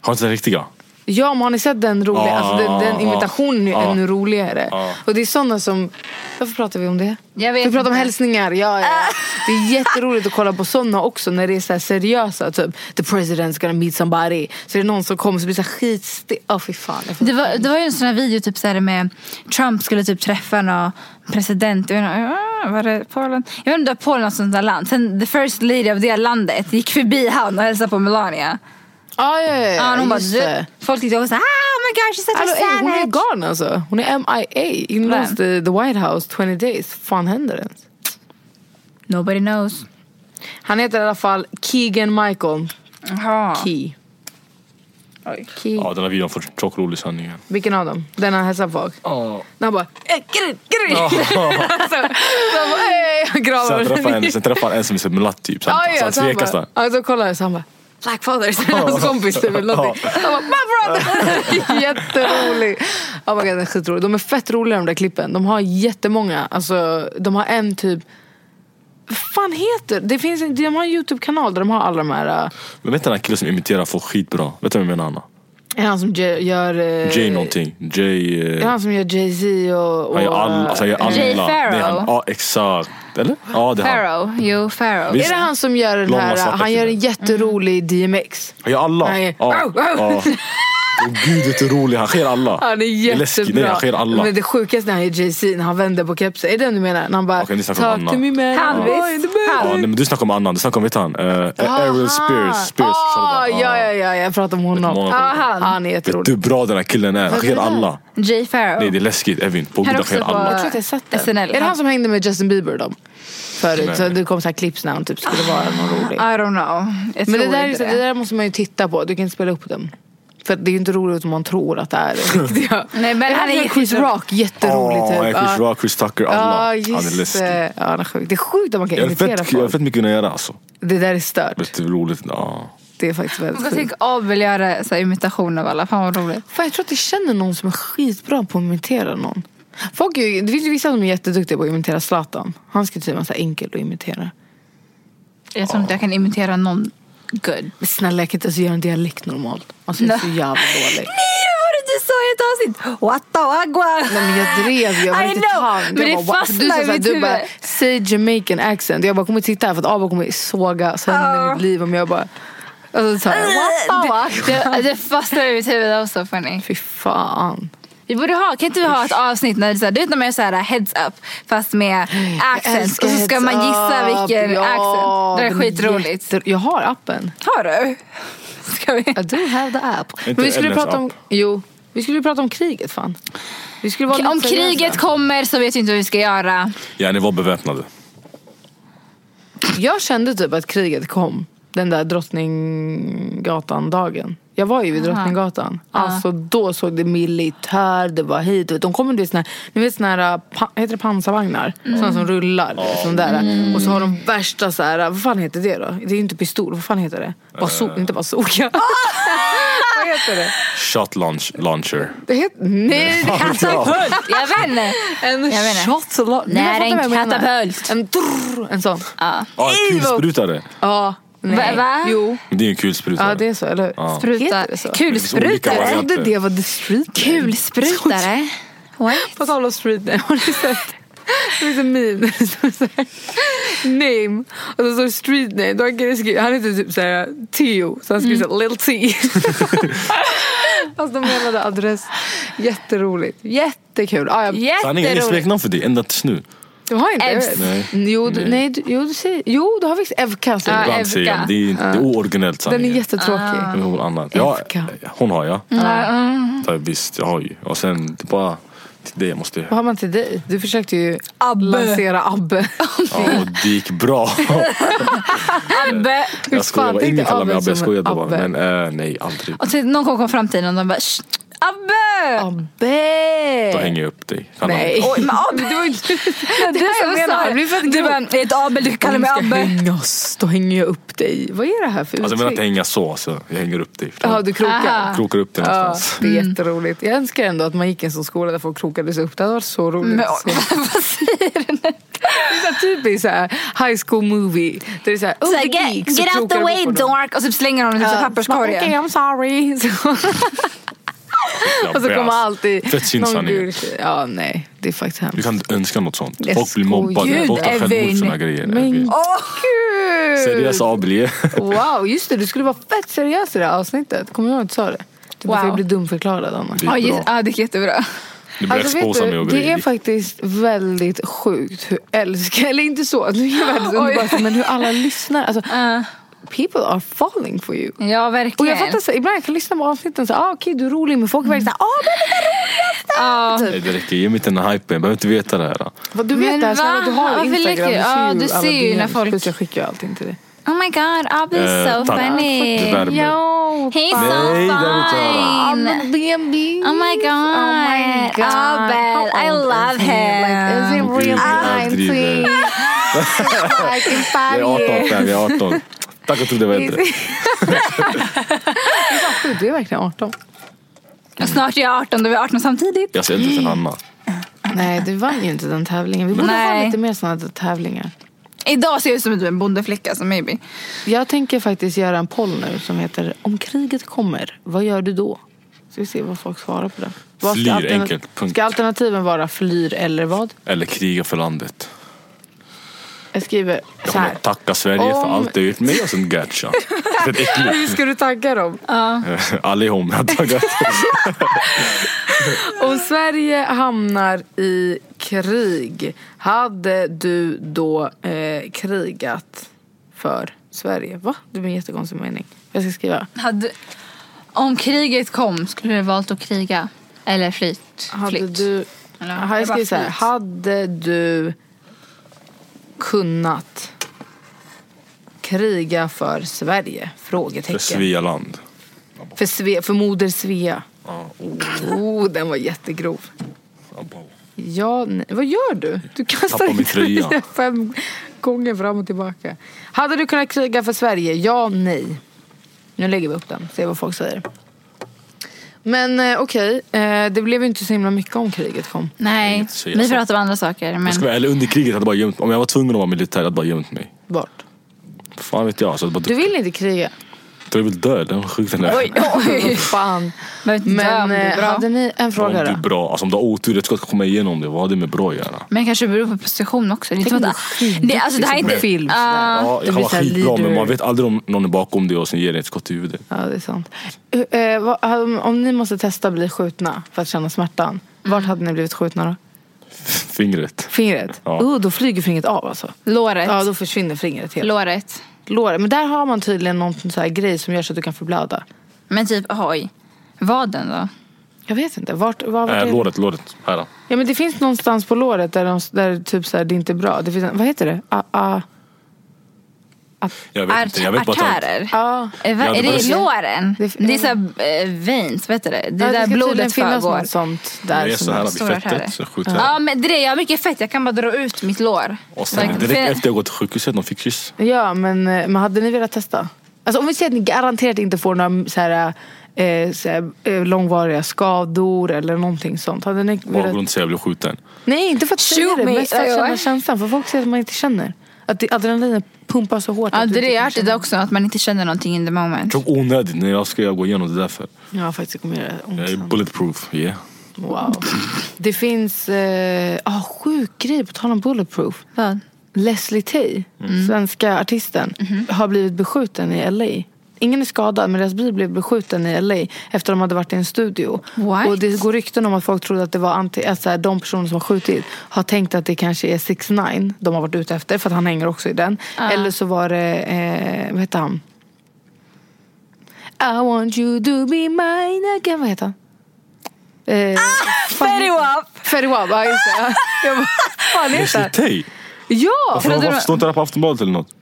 Speaker 3: Har inte den riktiga?
Speaker 1: Ja, men har ni sett den roliga?
Speaker 3: Ja,
Speaker 1: alltså, den, den
Speaker 3: ja,
Speaker 1: imitationen är ju
Speaker 3: ja.
Speaker 1: ännu roligare.
Speaker 3: Ja.
Speaker 1: Och det är sådana som... Varför pratar vi om det?
Speaker 4: Jag vet
Speaker 1: vi pratar om
Speaker 4: inte.
Speaker 1: hälsningar. Ja, ja. Det är jätteroligt att kolla på sådana också när det är så här seriösa. Typ, the president's gonna meet somebody. Så är det någon som kommer så blir det så här skitstel. Åh fy fan. Jag får...
Speaker 4: Det var, det var ju en sån här video typ så här med Trump skulle typ träffa någon president. Jag vet inte, ah, var det Polen? Jag vet inte om det var Polen eller något sånt där land. Sen the first lady av det landet gick förbi han och hälsade på Melania.
Speaker 1: Ja, ja, ja.
Speaker 4: Ja, hon bara,
Speaker 1: just det.
Speaker 4: du. Folk tyckte också ah oh my gosh, she's such
Speaker 1: Hallå,
Speaker 4: a
Speaker 1: ey, hon är
Speaker 4: savage.
Speaker 1: galen alltså. Hon är MIA. Inlåst i the White House 20 days. fan händer ens?
Speaker 4: Nobody knows.
Speaker 1: Han heter i alla fall Keegan Michael
Speaker 4: Jaha.
Speaker 1: Key. Key.
Speaker 3: Ja, den här videon får tjock rolig sanningen.
Speaker 1: Vilken av dem? Den han hälsar på folk?
Speaker 3: Ja.
Speaker 1: När han bara eh, get it, get it. så, så han bara eh, han
Speaker 3: Sen träffar
Speaker 1: gravar.
Speaker 3: en, sen träffar en som är som mulatt typ. Sen,
Speaker 1: Ja, ja,
Speaker 3: sen
Speaker 1: så han
Speaker 3: tvekas
Speaker 1: bara,
Speaker 3: han.
Speaker 1: ja, så kollar jag så han bara Black fathers, hans kompis typ eller någonting. Han bara my brother! Jätterolig! Oh my God, den är skitrolig. De är fett roliga de där klippen. De har jättemånga. Alltså, de har en typ vad fan heter det? Finns en, de har en YouTube-kanal där de har alla de här. äh,
Speaker 3: Men vet du den här killen som imiterar folk skitbra? Vet du vad jag menar Anna?
Speaker 1: Är han som gö- gör... eh,
Speaker 3: Jay någonting. Jay... eh,
Speaker 1: Är han som gör Jay-Z och... och
Speaker 3: Han gör alla. Alltså, han gör alla.
Speaker 4: Jay
Speaker 3: Det är han.
Speaker 4: Farrow.
Speaker 3: Ja, exakt. Eller? Ja, det är han.
Speaker 4: Pharaoh. Jo, Pharaoh.
Speaker 3: Visst.
Speaker 1: Är det han som gör den
Speaker 3: Långa,
Speaker 1: här,
Speaker 3: svarta
Speaker 1: han gör en
Speaker 3: Mm.
Speaker 1: jätterolig DMX?
Speaker 3: Han gör alla.
Speaker 1: Han gör-
Speaker 3: Ja.
Speaker 1: Au, au.
Speaker 3: ja. Åh gud, det är så roligt. Han sker alla.
Speaker 1: Han är
Speaker 3: Det läskigt. Nej,
Speaker 1: jättebra.
Speaker 3: han sker alla.
Speaker 1: Men det sjukaste när han gör Jay-Z, när han vänder på kepsen, är det den du menar? När han bara,
Speaker 3: Okej, ni snackar om
Speaker 1: talk to
Speaker 3: Anna.
Speaker 1: me man.
Speaker 4: Han,
Speaker 1: I'm
Speaker 4: visst.
Speaker 1: going to bed."
Speaker 3: Ja, nej, men du snackar om annan. Du snackar om, vet han? Uh,
Speaker 1: Aha.
Speaker 3: Ariel Spears. Spears.
Speaker 1: Ah, ja, ja, ja, jag pratar om honom.
Speaker 3: många
Speaker 1: Ah, han. han är
Speaker 3: Vet du
Speaker 1: jätterolig.
Speaker 3: hur bra den här killen är? Han sker alla.
Speaker 4: Jay Pharaoh.
Speaker 3: Nej, det är läskigt Evin. På gud,
Speaker 4: Här
Speaker 3: han sker
Speaker 4: också på-
Speaker 3: alla.
Speaker 1: Jag tror att jag har sett den.
Speaker 4: SNL.
Speaker 1: Är det han som hängde med Justin Bieber då? Förut,
Speaker 3: Nej.
Speaker 1: så det kom så här clips när han typ skulle vara någon rolig.
Speaker 4: I don't know. Jag
Speaker 1: Men det
Speaker 4: Ah, tror
Speaker 1: där, är
Speaker 4: inte
Speaker 1: så- det där måste man ju titta på, du kan inte spela upp dem. För att det är ju inte roligt om man tror att det är det riktiga.
Speaker 4: Nej, men
Speaker 1: Är det
Speaker 4: han är
Speaker 1: med Chris
Speaker 4: jätterolig.
Speaker 1: Rock, jätterolig
Speaker 3: Ja,
Speaker 1: typ.
Speaker 3: Chris
Speaker 1: Ja.
Speaker 3: Rock, Chris Tucker, alla.
Speaker 1: Ja,
Speaker 3: han är
Speaker 1: just
Speaker 3: läskig.
Speaker 1: det. Ja, han är sjuk. Det är sjukt att man kan
Speaker 3: Jag har
Speaker 1: imitera
Speaker 3: fett, jag har
Speaker 1: folk.
Speaker 3: fett mycket att kunna göra alltså.
Speaker 1: Det där är stört.
Speaker 3: Vet du hur roligt? Ja.
Speaker 1: Det är faktiskt väldigt
Speaker 4: Jag
Speaker 1: sjukt.
Speaker 4: tänker Abel göra så här imitation av alla. Fan vad roligt.
Speaker 1: Fan, jag tror att jag känner någon som är skitbra på att imitera någon. Folk är, ju- det finns ju vissa som är jätteduktiga på att imitera Zlatan. Han ska tydligen vara så här enkel att imitera.
Speaker 4: Jag tror inte jag kan imitera någon good.
Speaker 1: Men snälla jag kan inte ens göra en dialekt normalt. Alltså jag är så
Speaker 4: Nej.
Speaker 1: jävla dålig.
Speaker 4: Nej, vad var det du sa i ett avsnitt? What agua?
Speaker 1: Nej, men jag drev ju, jag var
Speaker 4: I
Speaker 1: inte
Speaker 4: know,
Speaker 1: taggad.
Speaker 4: men
Speaker 1: Jag
Speaker 4: det
Speaker 1: bara, wow. För du sa
Speaker 4: fastnar i
Speaker 1: så här,
Speaker 4: mitt
Speaker 1: Du bara,
Speaker 4: huvud.
Speaker 1: säg Jamaican accent. Jag bara, kommer titta här för att Abba kommer såga sönder
Speaker 4: Ja.
Speaker 1: mitt liv om jag bara... Alltså så här, what the fuck?
Speaker 4: Det, det fastnar i mitt huvud också funny.
Speaker 1: Fy fan.
Speaker 4: Vi borde ha, kan inte vi ha ett avsnitt när det är så här, du vet när man gör så här heads up fast med accent
Speaker 1: älskar
Speaker 4: och så ska
Speaker 1: heads
Speaker 4: man gissa
Speaker 1: up.
Speaker 4: vilken
Speaker 1: Ja,
Speaker 4: accent. Det är
Speaker 1: den
Speaker 4: skitroligt.
Speaker 1: jätte- Jag har appen.
Speaker 4: Har du? Ska vi?
Speaker 1: I do have the app.
Speaker 3: Inte
Speaker 1: vi skulle
Speaker 3: Ellens
Speaker 1: prata om...
Speaker 3: app.
Speaker 1: Jo. Vi skulle ju prata om kriget fan. Vi skulle vara
Speaker 4: Om
Speaker 1: lite seriösa.
Speaker 4: kriget kommer så vet vi inte vad vi ska göra.
Speaker 3: Ja, ni var beväpnade.
Speaker 1: Jag kände typ att kriget kom. Den där Drottninggatan-dagen. Jag var ju vid Drottninggatan. Alltså då såg det militär, det var hit. och- De kommer du vet såna här, ni vet såna här, äh, pa, heter det pansarvagnar?
Speaker 4: Mm.
Speaker 1: Såna som rullar. Sån där. Och så har de värsta så här, vad fan heter det då? Det är ju inte pistol, vad fan heter det? Baso, Inte bazooka. vad heter det?
Speaker 3: Shot launch, launcher.
Speaker 1: det heter, nej, det är katapult!
Speaker 4: Jag vet inte.
Speaker 1: En
Speaker 4: Jag vet inte.
Speaker 1: shot så lång.
Speaker 4: Nej, det är en katapult.
Speaker 1: En, drrr, en sån.
Speaker 3: Ja, ah, kulsprutare.
Speaker 1: Ja,
Speaker 4: Va? va?
Speaker 1: Jo.
Speaker 3: Det är en kulspruta.
Speaker 1: Ja, det är så. Eller
Speaker 3: Ja.
Speaker 1: Heter det
Speaker 4: Spruta.
Speaker 1: så?
Speaker 3: olika
Speaker 4: Kulsprutare.
Speaker 1: Jag
Speaker 3: varianter.
Speaker 1: trodde det var the street.
Speaker 4: Kulsprutare? What?
Speaker 1: På tal om street name, har ni sett? Det finns en meme där det står såhär name och så står det street name. Då har en kille skrivit, han heter typ såhär Theo så han skriver såhär Lil T. Fast de menade adress. Jätteroligt. Jättekul. Ah, jag,
Speaker 3: Så han har inget
Speaker 4: Jätteroligt.
Speaker 3: smeknamn för det ända tills nu.
Speaker 1: du har inte?
Speaker 4: Evs.
Speaker 3: Nej.
Speaker 1: Jo, du,
Speaker 3: Nej.
Speaker 1: nej, du, jo, du säger, jo, du har visst Evkan. säger du.
Speaker 3: Ibland säger jag, men det är, det är ooriginellt
Speaker 1: Den är
Speaker 3: sanningen.
Speaker 1: jättetråkig.
Speaker 3: Men hon, annat. Ja,
Speaker 1: Evka.
Speaker 3: hon har jag. Ja, Visst, jag har ju. Och sen det är bara till det jag måste...
Speaker 1: Vad har man till dig? Du försökte ju lansera Abbe.
Speaker 3: Ja, och det gick bra.
Speaker 4: Abbe.
Speaker 3: jag skojar,
Speaker 1: fan
Speaker 3: bara,
Speaker 1: tänkte
Speaker 3: ingen kallar mig
Speaker 1: Abbe
Speaker 3: Abbe.
Speaker 1: som
Speaker 3: Jag skojade bara.
Speaker 1: Abbe?
Speaker 3: Men eh, nej, aldrig.
Speaker 4: Och så någon kommer fram till honom och de bara "Shh, Abbe!
Speaker 1: Abbe!
Speaker 3: Då hänger jag upp dig. Kan
Speaker 1: Nej.
Speaker 3: han-
Speaker 4: Oj, men Abbe.
Speaker 1: Det var ju inte
Speaker 4: Det här jag menar.
Speaker 1: Det blir för att
Speaker 4: Du
Speaker 1: grovt.
Speaker 4: bara, det är ett Abel, du kallar mig
Speaker 1: Om vi ska
Speaker 4: Abbe.
Speaker 1: hängas, då hänger jag upp dig. Vad är det här för
Speaker 3: Alltså jag menar
Speaker 1: uttryck?
Speaker 3: inte hänga så, alltså. jag hänger upp dig.
Speaker 1: Ja, du krokar.
Speaker 4: Aha.
Speaker 3: Krokar upp dig
Speaker 1: Ja,
Speaker 3: någonstans.
Speaker 1: Alltså, det är
Speaker 4: Mm.
Speaker 1: jätteroligt. Jag önskar ändå att man gick i en sån skola där folk krokades upp. Det hade varit så roligt.
Speaker 4: Men,
Speaker 1: att se. Det är typ typiskt såhär high school movie. Där det är såhär, oh,
Speaker 4: Så här,
Speaker 1: the geek,
Speaker 4: get,
Speaker 1: så
Speaker 4: get out
Speaker 1: krokar
Speaker 4: the
Speaker 1: de
Speaker 4: way
Speaker 1: upp honom.
Speaker 4: dork och så slänger honom i typ så här papperskorgen.
Speaker 1: Okej, I'm sorry. Så, och så kommer alltid
Speaker 3: Fett synd sanningen.
Speaker 1: gul tjej. Ja, nej. Det är faktiskt
Speaker 3: Du
Speaker 1: hemskt.
Speaker 3: kan inte önska något sånt.
Speaker 1: Jag
Speaker 3: Folk blir mobbade,
Speaker 1: skojar.
Speaker 3: folk tar
Speaker 4: Gud,
Speaker 3: självmord
Speaker 4: Evin.
Speaker 3: och såna grejer.
Speaker 1: Men
Speaker 3: Evin.
Speaker 1: oh, gud!
Speaker 3: Seriös Ablie.
Speaker 1: Wow, just det. Du skulle vara fett seriös i det här avsnittet. Kommer du ihåg att du sa det? Det är
Speaker 4: Wow.
Speaker 1: därför jag blir dumförklarad Anna.
Speaker 3: Det
Speaker 4: Ja,
Speaker 3: är
Speaker 4: just-
Speaker 3: bra.
Speaker 4: ja, det är jättebra.
Speaker 3: Du börjar exposa mig och
Speaker 1: Alltså, det är
Speaker 3: grejer.
Speaker 1: faktiskt väldigt sjukt hur älskar, eller inte så, nu är jag världens
Speaker 4: Oj.
Speaker 1: underbaraste, men hur alla lyssnar. Alltså,
Speaker 4: Ja.
Speaker 1: people are falling for you.
Speaker 4: Ja, verkligen.
Speaker 1: Och jag fattar, så, här, ibland jag kan lyssna på avsnitten så ah, okej du är rolig, men folk är verkligen såhär, ah, men,
Speaker 4: Ja.
Speaker 3: Nej, Det räcker, ge mig inte den här hypen. Jag behöver inte veta det här.
Speaker 1: vad- du
Speaker 4: Men
Speaker 1: vet det här, snälla,
Speaker 4: va?
Speaker 1: du har
Speaker 4: Varför
Speaker 1: Instagram, du
Speaker 4: läcker-
Speaker 1: ser
Speaker 4: ja,
Speaker 1: ju
Speaker 4: du
Speaker 1: alla
Speaker 4: ser ju när
Speaker 1: DMs.
Speaker 4: folk-
Speaker 1: Plus jag skickar ju allting till dig.
Speaker 4: Oh my god, Abbe is
Speaker 3: Eh,
Speaker 4: so
Speaker 3: tack.
Speaker 4: funny.
Speaker 3: Du värmer.
Speaker 1: Jo,
Speaker 4: He's so
Speaker 3: Nej, det vill jag inte höra.
Speaker 4: fine.
Speaker 1: DMB.
Speaker 4: Oh my god. oh Abel, I love him.
Speaker 1: Like, is it real
Speaker 3: Ah.
Speaker 1: time? Sweet. Like in
Speaker 3: Jag
Speaker 1: five
Speaker 3: är 18
Speaker 1: years.
Speaker 3: fem, jag är 18. Tack att du var äldre.
Speaker 1: Du är verkligen 18.
Speaker 4: Och snart är jag 18, då är vi 18 samtidigt.
Speaker 3: Jag ser äldre än Hanna.
Speaker 1: Nej, du vann ju inte den tävlingen. Vi borde ha
Speaker 4: Nej.
Speaker 1: lite mer sådana här tävlingar.
Speaker 4: Idag ser jag ut som typ en bondeflicka, så maybe.
Speaker 1: Jag tänker faktiskt göra en poll nu som heter Om kriget kommer, vad gör du då? Så vi ser vad folk svarar på den. Vad ska
Speaker 3: Flyr,
Speaker 1: altern-
Speaker 3: enkelt, punkt.
Speaker 1: Ska alternativen vara flyr eller vad?
Speaker 3: Eller kriga för landet.
Speaker 1: Jag skriver
Speaker 3: Jag
Speaker 1: så
Speaker 3: kommer
Speaker 1: här.
Speaker 3: tacka Sverige för
Speaker 1: Om-
Speaker 3: allt det har gjort mig och sen gacha. För ett
Speaker 1: Hur
Speaker 3: äckligt.
Speaker 1: ska du tagga dem?
Speaker 3: Allihop jag taggar.
Speaker 1: Om Sverige hamnar i krig, hade du då eh, krigat för Sverige? Va? Det var en jättekonstig mening. Jag ska skriva.
Speaker 4: Hade, om kriget kom, skulle du ha valt att kriga? Eller flytt?
Speaker 1: Hade
Speaker 4: flytt.
Speaker 1: du...
Speaker 4: Eller,
Speaker 1: Aha, jag
Speaker 4: det var
Speaker 1: skriver så här.
Speaker 4: flyt.
Speaker 1: Hade du kunnat kriga för Sverige?
Speaker 3: För
Speaker 1: Frågetecken.
Speaker 3: Svea land.
Speaker 1: För, Sve, för moder Svea.
Speaker 3: Ja,
Speaker 1: Oh, den var jättegrov.
Speaker 3: oh.
Speaker 1: Ja, nej. Vad gör du? Du kastar
Speaker 3: Tappar min
Speaker 1: inte
Speaker 3: tröja.
Speaker 1: tröjan fem gånger fram och tillbaka. Hade du kunnat kriga för Sverige? Ja, nej. Nu lägger vi upp den, ser vad folk säger. Men eh, okej, eh, det blev ju inte så himla mycket om kriget kom.
Speaker 4: Nej,
Speaker 3: Inget att säga,
Speaker 4: vi
Speaker 3: så.
Speaker 4: pratar om andra saker. Men...
Speaker 3: Jag ska vara ärlig, under kriget hade jag bara gömt Om jag var tvungen att vara militär hade jag bara gömt mig.
Speaker 1: Bort.
Speaker 3: Fan vet jag. Så jag bara,
Speaker 1: Du vill inte kriga?
Speaker 3: Du är väl död? Den sjuk den där.
Speaker 4: Oj, oj.
Speaker 1: Fan.
Speaker 4: Men,
Speaker 1: Men eh, hade ni en
Speaker 3: om
Speaker 1: fråga
Speaker 3: du är
Speaker 1: då?
Speaker 3: bra. Alltså om du har otur, ett skott ska komma igenom det. Vad har det med bra att göra?
Speaker 4: men det kanske beror på position också. Det är inte
Speaker 1: Tänk om
Speaker 4: som att-
Speaker 1: du är Ah,
Speaker 4: det, alltså, det här är
Speaker 1: skitduktig
Speaker 4: inte
Speaker 1: på film, sådär.
Speaker 4: Ja.
Speaker 3: Ja,
Speaker 1: det
Speaker 3: det kan
Speaker 1: blir
Speaker 3: vara
Speaker 1: så här
Speaker 3: skitbra men
Speaker 1: leader.
Speaker 3: man vet aldrig om någon är bakom dig och sen ger dig ett skott i huvudet.
Speaker 1: Ja, det är sant. Eh, eh, vad- om- om ni måste testa att bli skjutna för att känna smärtan, vart
Speaker 3: Mm.
Speaker 1: hade ni blivit skjutna då?
Speaker 3: Fingret.
Speaker 1: Fingret?
Speaker 3: Ja.
Speaker 1: Oh, då flyger fingret av alltså.
Speaker 4: Låret.
Speaker 1: Ja, då försvinner fingret helt.
Speaker 4: Låret.
Speaker 1: Låret. Men där har man tydligen någon sån här grej som gör så att du kan förblöda.
Speaker 4: Men typ, oj. Vaden då?
Speaker 1: Jag vet inte. Vart, var, vart är
Speaker 3: Äh,
Speaker 1: det?
Speaker 3: låret, låret. Här. då.
Speaker 1: Ja, men det finns någonstans på låret där, de, där typ så här, det inte är bra. Det finns en, vad heter det? Ah, ah,
Speaker 3: Jag vet inte. Jag vet bara att jag...
Speaker 4: Artärer?
Speaker 1: ah.
Speaker 4: Eh, va-
Speaker 3: Ja, det
Speaker 4: är det
Speaker 3: var det.
Speaker 4: i låren?
Speaker 1: Det-
Speaker 4: Det är såhär eh, veins, vet du det? Det är där blodet
Speaker 1: finnas
Speaker 4: förgår.
Speaker 1: något sånt där.
Speaker 3: Jag är
Speaker 1: som
Speaker 3: så här
Speaker 4: stora
Speaker 3: vid
Speaker 4: artärer.
Speaker 3: fettet. Så jag skjuter här.
Speaker 4: Ja men det är det, jag har mycket fett, jag kan bara dra ut mitt lår.
Speaker 3: Och sen direkt efter jag gått till sjukhuset, de fick kyss.
Speaker 1: Ja, men, eh, men hade ni velat testa? Alltså om vi säger att ni garanterat inte får några så här, eh, så här, eh, långvariga skador eller någonting sånt. Hade ni
Speaker 3: Bara gå
Speaker 1: velat...
Speaker 3: runt och säga jag blev skjuten.
Speaker 1: Nej, inte för att säga
Speaker 4: Shoot
Speaker 1: det,
Speaker 4: me.
Speaker 1: mest för att
Speaker 4: Oj, oj.
Speaker 1: känna känslan. För folk säger att man inte känner. Att det- adrenalinet pumpar så hårt.
Speaker 4: Ja,
Speaker 1: att du typ
Speaker 4: det
Speaker 1: inte
Speaker 4: är
Speaker 1: kan
Speaker 4: alltid
Speaker 1: känna-
Speaker 4: det också, att man inte känner någonting in the moment.
Speaker 3: Det är onödigt. Nej, jag ska gå igenom det därför.
Speaker 1: Ja, faktiskt. Det kommer göra ont.
Speaker 3: Jag är
Speaker 1: sen.
Speaker 3: bulletproof. Yeah.
Speaker 1: Wow. Det finns eh, ah, sjuk grej på tal om bulletproof.
Speaker 4: Vad?
Speaker 1: Leslie Tay,
Speaker 4: Mm.
Speaker 1: svenska artisten,
Speaker 4: Mm-hmm.
Speaker 1: har blivit beskjuten i LA. Ingen är skadad, men deras bil blev beskjuten i LA efter att de hade varit i en studio.
Speaker 4: What?
Speaker 1: Och det går rykten om att folk trodde att det var anti, att så här, de personer som har skjutit har tänkt att det kanske är 6 9 de har varit ute efter, för att han hänger också i den.
Speaker 4: Ah.
Speaker 1: Eller så var det, eh, vad heter han? I want you to be mine again. Vad heter han? Eh,
Speaker 4: Ah, Fetty Wap!
Speaker 1: Fetty Wap, ja just det. Ja. Jag bara, fan heter
Speaker 3: Leslie
Speaker 1: han?
Speaker 3: Tay?
Speaker 1: Ja!
Speaker 3: Alltså, Varför, varför står inte det här på Aftonbladet eller något?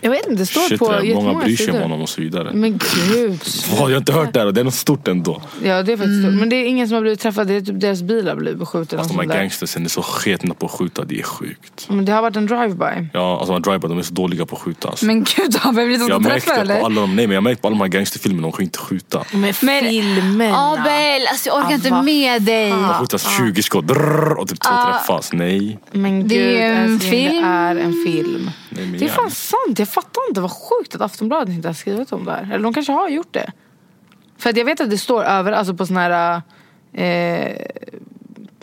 Speaker 1: Jag vet inte, det står
Speaker 3: Shit,
Speaker 1: på
Speaker 3: det är
Speaker 1: jättemånga
Speaker 3: många bryr sig om
Speaker 1: sidor.
Speaker 3: honom och så vidare.
Speaker 1: Men gud.
Speaker 3: Wow, jag har inte hört det här och det är något stort ändå.
Speaker 1: Ja, det är faktiskt stort. Men det är ingen som har blivit träffad. Det är typ deras bilar blivit beskjutna.
Speaker 3: Alltså
Speaker 1: och
Speaker 3: de här
Speaker 1: sånt där.
Speaker 3: gangstersen är så sketna på att skjuta, det är sjukt.
Speaker 1: Men det har varit en drive-by.
Speaker 3: Ja, alltså de här driver, de är så dåliga på att skjuta. Alltså.
Speaker 4: Men gud, har vi blivit
Speaker 3: Jag
Speaker 4: att
Speaker 3: märkte
Speaker 4: träffa
Speaker 3: på
Speaker 4: eller?
Speaker 3: alla de, nej men jag märkte på alla de här gangsterfilmerna, de kan inte skjuta.
Speaker 1: Men filmerna.
Speaker 4: Abel, alltså jag orkar
Speaker 1: Ah,
Speaker 4: inte
Speaker 1: vad
Speaker 4: med dig.
Speaker 3: De skjuter 20 skott drrrr, och typ två
Speaker 1: Ah.
Speaker 3: träffas. Nej.
Speaker 1: Men gud,
Speaker 4: Det är ju en
Speaker 1: älskling,
Speaker 4: film.
Speaker 1: det är en film.
Speaker 3: nej men
Speaker 1: Det är
Speaker 3: ja.
Speaker 1: fan sant. Jag fattar inte. Vad sjukt att Aftonbladet inte har skrivit om det här. Eller de kanske har gjort det. För att jag vet att det står över, alltså på sån här... Eh,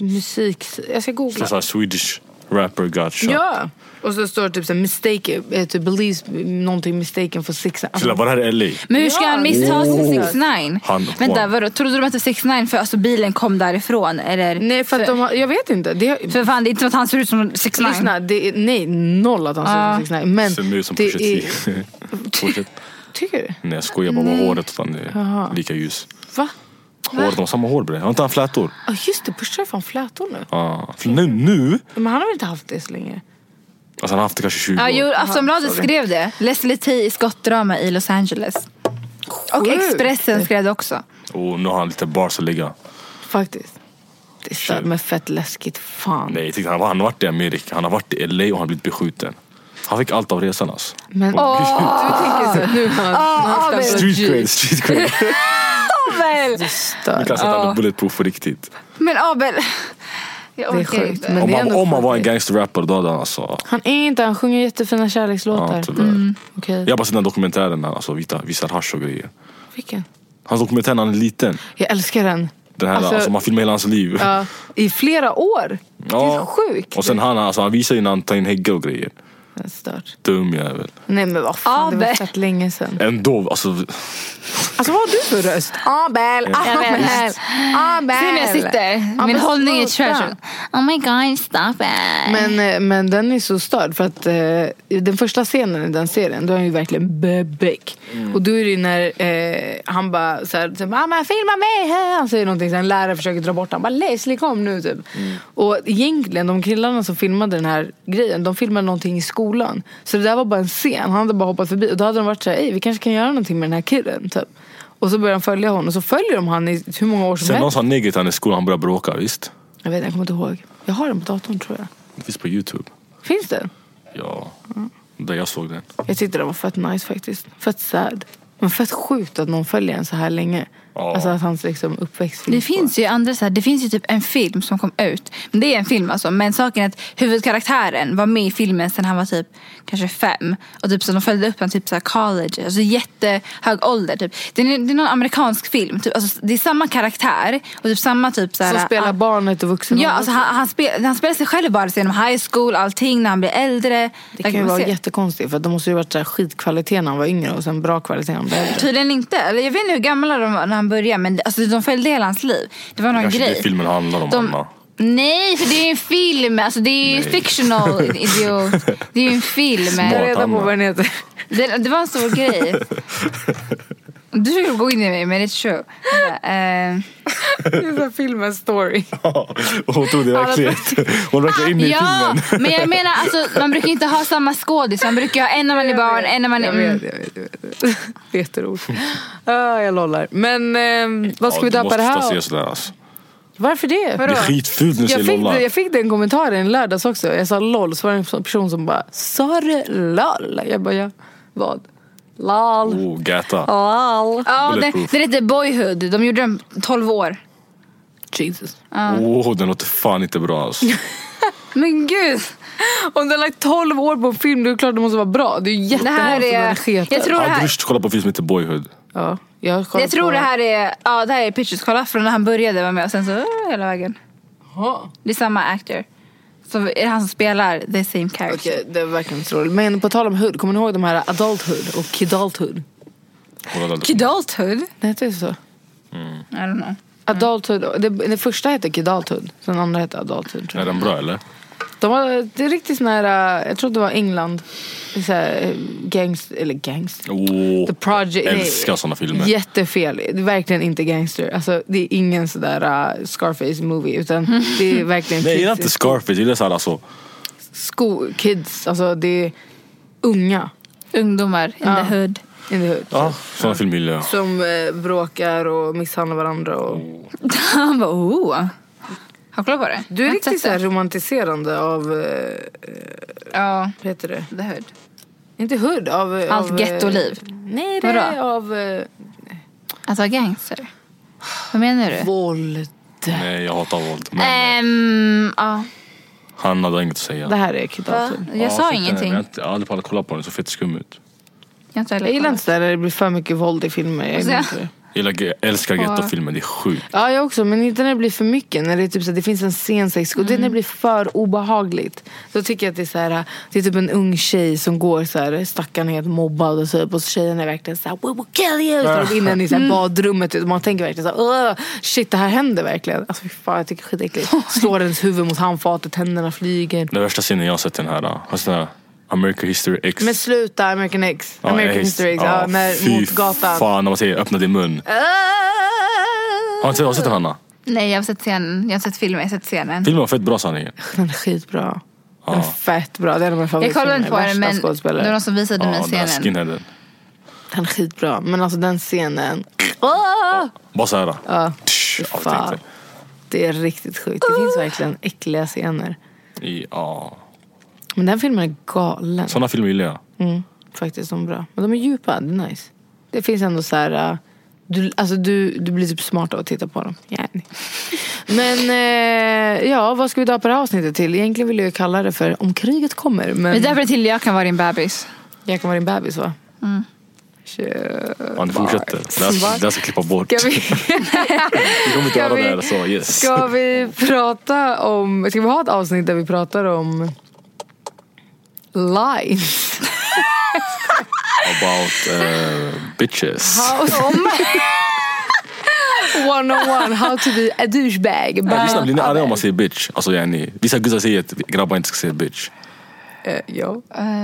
Speaker 1: musik... Jag ska
Speaker 3: Så
Speaker 1: googla.
Speaker 3: såhär Swedish rapper got shot.
Speaker 1: Ja! Och så står det typ såhär mistake, eh, typ believes någonting mistaken for six...
Speaker 3: Killar, var det här är LA?
Speaker 4: Men hur ska
Speaker 1: Ja,
Speaker 4: han missta sig
Speaker 3: oh.
Speaker 4: 6 9
Speaker 3: Han-
Speaker 4: Vänta, vadå? Trodde de att det var 6 9 för alltså, bilen kom därifrån? Eller?
Speaker 1: Nej, för att de har, jag vet inte. Det,
Speaker 4: För fan, det är inte som att han ser ut som 6 9
Speaker 1: lyssna, det är, nej, noll att han ser ut som sexnine. Men
Speaker 3: Ser mer ut som
Speaker 1: det
Speaker 3: Pusha T.
Speaker 1: är,
Speaker 3: Fortsätt.
Speaker 1: Tycker du?
Speaker 3: Nej jag skojar bara, vad håret utan det är lika ljus.
Speaker 1: Va?
Speaker 3: Håret, de har samma hår bre. Har inte han flätor?
Speaker 1: Ja, just det, Pusha är fan flätor nu.
Speaker 3: Ja. För Nu, nu?
Speaker 1: Men han har väl inte haft det så länge?
Speaker 3: Alltså han har haft det kanske 20
Speaker 4: Ja, jo,
Speaker 3: år.
Speaker 4: Aftonbladet skrev det. Leslie Tay i skottdrama i Los Angeles. Och
Speaker 1: Sjukt.
Speaker 4: Expressen skrev det också.
Speaker 3: Och nu har han lite bars att lägga.
Speaker 1: Faktiskt. Det är stört, men fett läskigt. Fan.
Speaker 3: Nej, jag tyckte han, han har varit i Amerika, han har varit i LA och han har blivit beskjuten. Han fick allt av resan alltså.
Speaker 1: Men
Speaker 3: Oh,
Speaker 1: du tänker så här, nu när han, när han ska
Speaker 3: street cred, street cred.
Speaker 4: Abel!
Speaker 3: Vi kan sätta alla bulletproof på riktigt.
Speaker 4: Men Abel, jag
Speaker 1: Det är
Speaker 4: orkar
Speaker 1: sjukt.
Speaker 4: inte.
Speaker 1: Men
Speaker 3: Om
Speaker 1: det är
Speaker 3: han,
Speaker 1: ändå
Speaker 3: om han var en
Speaker 1: sjukt.
Speaker 3: gangsterrapper då hade han alltså...
Speaker 1: Han är inte, han sjunger jättefina kärlekslåtar. Mm.
Speaker 3: Ja, typ.
Speaker 1: Okej.
Speaker 3: tyvärr. Jag har bara sett den här dokumentären när han alltså, vita- visar hasch och grejer.
Speaker 1: Vilken?
Speaker 3: Hans dokumentär när han är liten.
Speaker 1: Jag älskar den.
Speaker 3: Den här, alltså,
Speaker 1: Alltså-
Speaker 3: man filmar hela hans liv.
Speaker 1: Ja, I flera år.
Speaker 3: Mm.
Speaker 1: Det är sjukt.
Speaker 3: Och sen han, alltså, han visar ju när han tar in häggar och grejer.
Speaker 1: Det är stört.
Speaker 3: Dum jävel.
Speaker 1: Nej men vad fan, det var
Speaker 4: Abel.
Speaker 1: fett länge sedan.
Speaker 3: Ändå, alltså.
Speaker 1: Alltså vad har du för röst? Abel, Abel, Abel.
Speaker 4: Se när jag sitter. Min
Speaker 1: men
Speaker 4: hållning är
Speaker 1: sluta.
Speaker 4: trash. Oh my god, stop it.
Speaker 1: Men, eh, men den är så störd för att eh, i den första scenen i den serien då är han ju verkligen bebek. Och då är det ju när eh, han bara såhär, typ, mamma filma mig! hej." Han säger någonting, sen läraren försöker dra bort han bara Leslie kom nu typ. Och egentligen de killarna som filmade den här grejen, de filmade någonting i skolan. Så det där var bara en scen, han hade bara hoppat förbi och då hade de varit såhär, "Ey, vi kanske kan göra någonting med den här killen typ. Och så börjar de följa honom och så följer de han i hur många år som
Speaker 3: Sen någon
Speaker 1: helst.
Speaker 3: sa neger till han i skolan, han började bråka. Visst?
Speaker 1: Jag vet, jag kommer inte ihåg. Jag har den på datorn tror jag.
Speaker 3: Det finns på youtube.
Speaker 1: Finns den?
Speaker 3: Ja. Där jag såg den.
Speaker 1: Jag tyckte den var fett nice faktiskt. Fett sad. Men fett sjukt att någon följer en så här länge.
Speaker 3: Ja.
Speaker 1: Alltså att hans liksom, uppväxt
Speaker 4: Det
Speaker 1: på.
Speaker 4: finns ju andra så här, det finns ju typ en film som kom ut. Men det är en film alltså. Men saken är att huvudkaraktären var med i filmen sen han var typ kanske fem. Och typ så de följde upp honom typ så här college. Alltså jättehög ålder typ. Det är, det är någon amerikansk film. Typ, alltså, det är samma karaktär och typ samma typ så här.
Speaker 1: Som spelar
Speaker 4: ah,
Speaker 1: barnet och vuxen
Speaker 4: Ja,
Speaker 1: ålder.
Speaker 4: alltså han, han, spel, han spelar sig själv bara genom high school, allting när han blir äldre.
Speaker 1: Det
Speaker 4: Där
Speaker 1: kan ju
Speaker 4: man
Speaker 1: vara
Speaker 4: se.
Speaker 1: jättekonstigt för att det måste ju varit så här skitkvalitet när han var yngre och sen bra kvalitet när han blev äldre.
Speaker 4: Tydligen inte. Eller jag vet inte hur gamla de var när han började men alltså, de följde hela hans liv. Det var någon
Speaker 3: Kanske
Speaker 4: grej.
Speaker 3: det filmen handlar om,
Speaker 4: De-
Speaker 3: Anna.
Speaker 4: Nej, för det är ju en film. Alltså, det är ju
Speaker 3: Nej.
Speaker 4: fictional, idiot. Det är ju en film.
Speaker 3: Smart.
Speaker 1: Jag har reda på
Speaker 3: Anna.
Speaker 1: vad den heter.
Speaker 4: Det, det var en stor grej. Du skulle gå in i mig, men det är true. Eh,
Speaker 1: Det är så här filmens story.
Speaker 3: Och hon tog det verkligen. Hon verkar in i
Speaker 4: Eh, ja,
Speaker 3: filmen.
Speaker 4: men jag menar, alltså, man brukar inte ha samma skådis. Man brukar ha en när man är barn, en när man är...
Speaker 1: Jag vet,
Speaker 4: Mm.
Speaker 1: jag vet. Jag vet. Veterord. Ah, jag lollar. Men ehm, vad ska vi döpa det
Speaker 3: Du
Speaker 1: här
Speaker 3: måste
Speaker 1: av?
Speaker 3: sluta säga sådär alltså.
Speaker 1: Varför det?
Speaker 3: Det är skitfult när du säger
Speaker 1: Jag fick,
Speaker 3: lollar.
Speaker 1: det- jag fick den kommentaren i lördags också. Jag sa LOL, så var det en person som bara Sa du LOL? Jag bara, ja. Vad? LOL.
Speaker 3: Oh, gata.
Speaker 1: LOL.
Speaker 4: Ja, den,
Speaker 3: Bulletproof.
Speaker 4: den heter Boyhood. De gjorde den 12 år.
Speaker 1: Jesus.
Speaker 3: Åh, den låter fan inte bra alltså.
Speaker 4: Men gud.
Speaker 1: Om du har lagt 12 år på en film, då är det klart det måste vara bra. Det är ju
Speaker 4: Det här
Speaker 1: jättebra för
Speaker 4: är...
Speaker 1: människor.
Speaker 4: Jag tror det här...
Speaker 3: Adrush kollar på film som heter Boyhood.
Speaker 1: Ja, jag, kollar
Speaker 4: Jag tror
Speaker 1: på-
Speaker 4: det här är, ja det här är Pitchers kolla från när han började vara med och sen så äh, hela vägen.
Speaker 1: Ja.
Speaker 4: Det är samma actor. Så är det han som spelar the same character.
Speaker 1: Okej, det är verkligen inte så roligt. Men på tal om hood, kommer ni ihåg de här adulthood och kidulthood?
Speaker 3: Kollar aldrig på film.
Speaker 4: Kidulthood?
Speaker 1: Det heter så.
Speaker 4: I don't know.
Speaker 1: Adulthood, det, det första hette kidulthood, den andra hette adulthood. Tror
Speaker 3: Är
Speaker 1: jag.
Speaker 3: den bra eller?
Speaker 1: De var, det är riktigt sån här, äh, jag tror det var England, så här, äh, gangs, eller gangster.
Speaker 3: Åh,
Speaker 1: The Project. nej.
Speaker 3: älskar såna filmer.
Speaker 1: Jättefel. Det är verkligen inte gangster. Alltså, det är ingen sådär äh, Scarface-movie. Utan det är verkligen
Speaker 3: Nej jag gillar
Speaker 1: kids i
Speaker 3: inte Scarface, jag gillar såhär alltså.
Speaker 1: sko- kids, alltså det är unga
Speaker 4: Ungdomar in
Speaker 1: Ja.
Speaker 4: the hood.
Speaker 1: in the hood.
Speaker 3: Ja, såna filmer gillar jag.
Speaker 1: Som eh, bråkar och misshandlar varandra. Och...
Speaker 4: Mm. Han bara oh. Har du kollat på det?
Speaker 1: Du är
Speaker 4: Har inte
Speaker 1: riktigt
Speaker 4: sett
Speaker 1: så
Speaker 4: det?
Speaker 1: här romantiserande av, eh,
Speaker 4: Ja,
Speaker 1: vad heter det?
Speaker 4: the hood.
Speaker 1: Inte hood, av... eh,
Speaker 4: Allt
Speaker 1: av, eh,
Speaker 4: gettoliv.
Speaker 1: Nej, det är
Speaker 4: Vadå?
Speaker 1: av eh,
Speaker 4: Att vara Alltså, gangster. Vad menar du?
Speaker 1: våld.
Speaker 3: Nej jag hatar våld.
Speaker 1: Äh.
Speaker 3: Men
Speaker 4: Ehm, ja.
Speaker 3: han hade inget att säga.
Speaker 1: Det här är kidnapping.
Speaker 4: Jag
Speaker 3: Ja,
Speaker 4: sa
Speaker 3: skit i det.
Speaker 4: ingenting.
Speaker 3: Jag har inte- jag har aldrig pallat kolla på den, det såg fett skum ut.
Speaker 4: Jag, har inte heller
Speaker 1: Jag gillar
Speaker 4: kollat.
Speaker 1: inte sådär när det blir för mycket våld i filmer. Jag
Speaker 4: Alltså,
Speaker 1: gillar
Speaker 4: ja.
Speaker 1: inte det.
Speaker 3: Jag gillar, ge- älskar gettofilmer, det är sjukt.
Speaker 1: Ja, jag också. Men inte när det blir för mycket. När det, är typ så här, det finns en scen sex och det är
Speaker 4: Mm.
Speaker 1: när det blir för obehagligt. Då tycker jag att det är så här, det är typ en ung tjej som går så här, stackarn är helt mobbad och typ. Och så tjejen är verkligen så här, we will kill you! Så de går in i så
Speaker 4: Mm.
Speaker 1: här, badrummet typ. och man tänker verkligen så här, "Åh, shit det här händer verkligen. Alltså fy fan, jag tycker det är skitäckligt. Slår ens huvud mot handfatet, händerna flyger.
Speaker 3: Den värsta scenen jag har sett i den här, har du sett den här American History X.
Speaker 1: Men sluta, American X.
Speaker 3: Ja,
Speaker 1: American
Speaker 3: jag-
Speaker 1: History X.
Speaker 3: ja,
Speaker 1: Ja, när,
Speaker 3: fy
Speaker 1: mot gatan.
Speaker 3: fan när man säger öppna din mun. Har du sett- har du sett den Hanna?
Speaker 4: Ah! Nej, jag har sett scenen. Jag har sett filmen, jag har sett scenen.
Speaker 3: Filmen var fett bra sanningen.
Speaker 1: Den är skitbra. Den är
Speaker 3: Ja.
Speaker 1: fett bra. Det är en av mina
Speaker 4: Jag kollade
Speaker 1: favoritfilmer.
Speaker 4: inte på den
Speaker 1: Värsta
Speaker 4: men det var
Speaker 1: skådespelare.
Speaker 4: någon som visade mig
Speaker 3: Ja, den här
Speaker 4: scenen.
Speaker 3: skinheaden.
Speaker 1: Den är skitbra. Men alltså den scenen. Åh!
Speaker 3: Bara äh, såhär.
Speaker 1: Ja.
Speaker 3: Tsch,
Speaker 1: Fy
Speaker 3: allting.
Speaker 1: fan. Det är riktigt sjukt. Det finns verkligen äckliga scener.
Speaker 3: I- Ja.
Speaker 1: Men den filmen är galen.
Speaker 3: Såna filmer gillar jag.
Speaker 1: Mm, faktiskt de är bra. Men de är djupa. Det är nice. Det finns ändå så här... äh, Du, alltså du, du blir typ smart av att titta på dem. Yani. Men eh, ja, vad ska vi döpa det här avsnittet till? Egentligen vill jag ju kalla det för Om kriget kommer.
Speaker 4: Vi
Speaker 1: Men
Speaker 4: döper det till Jag kan vara din bebis.
Speaker 1: jag kan vara din bebis va? Kör.
Speaker 3: Ja, ni fortsätter. Det här- det här ska klippa bort.
Speaker 1: Äh, Ska vi,
Speaker 3: Vi kommer inte
Speaker 1: ska
Speaker 3: göra det
Speaker 1: vi-
Speaker 3: här. Så yes.
Speaker 1: ska vi prata om... Ska vi ha ett avsnitt där vi pratar om lines?
Speaker 3: About eh, bitches.
Speaker 1: One on one, how to be a douchebag.
Speaker 3: Nej, Lyssna,
Speaker 1: But,
Speaker 3: blir ni arga om man säger bitch? Alltså yani, vissa guzzar säger att grabbar inte ska säga bitch.
Speaker 1: eh, ja.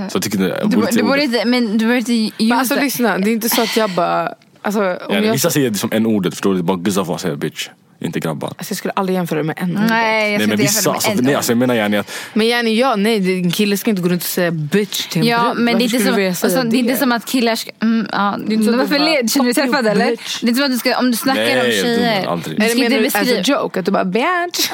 Speaker 3: Så jag tycker ni- jag
Speaker 4: Du,
Speaker 3: borde
Speaker 4: bo- du
Speaker 3: inte
Speaker 4: borde
Speaker 3: ordet.
Speaker 4: inte, men du borde inte
Speaker 1: Men
Speaker 4: ljuga.
Speaker 1: alltså lyssna, det är inte så att jag bara... Alltså, om
Speaker 3: Yani,
Speaker 1: jag,
Speaker 3: Vissa
Speaker 1: alltså,
Speaker 3: säger som en ordet förstår du? Bara guzzar får säga bitch. Inte grabbar.
Speaker 1: alltså, jag skulle aldrig jämföra det med en ordet.
Speaker 4: Nej, jag
Speaker 3: Nej
Speaker 4: ska
Speaker 3: men
Speaker 4: inte
Speaker 3: vissa,
Speaker 4: jämföra
Speaker 3: alltså,
Speaker 4: med en
Speaker 3: nej,
Speaker 4: ung.
Speaker 3: alltså, jag menar yani att
Speaker 1: Men Jenny, ja, nej, det- en kille ska inte gå runt och säga bitch till en
Speaker 4: Ja,
Speaker 1: brud.
Speaker 4: men det är,
Speaker 1: Varför
Speaker 4: inte
Speaker 1: skulle du vilja
Speaker 4: som,
Speaker 1: säga
Speaker 4: alltså, det är inte som att killar ska... Mm, ja.
Speaker 1: så att
Speaker 4: Varför
Speaker 1: du bara,
Speaker 4: led? Känner du
Speaker 1: "Fuck
Speaker 4: dig träffad
Speaker 1: you,
Speaker 4: eller?
Speaker 1: bitch."
Speaker 4: Det är inte som att du ska, om du snackar
Speaker 3: Nej,
Speaker 4: om
Speaker 3: det är
Speaker 4: tjejer.
Speaker 3: dumt, aldrig.
Speaker 4: Du
Speaker 1: Eller
Speaker 4: ska
Speaker 1: menar
Speaker 4: inte
Speaker 1: du as a
Speaker 4: beskriva.
Speaker 1: joke? Att du bara bitch?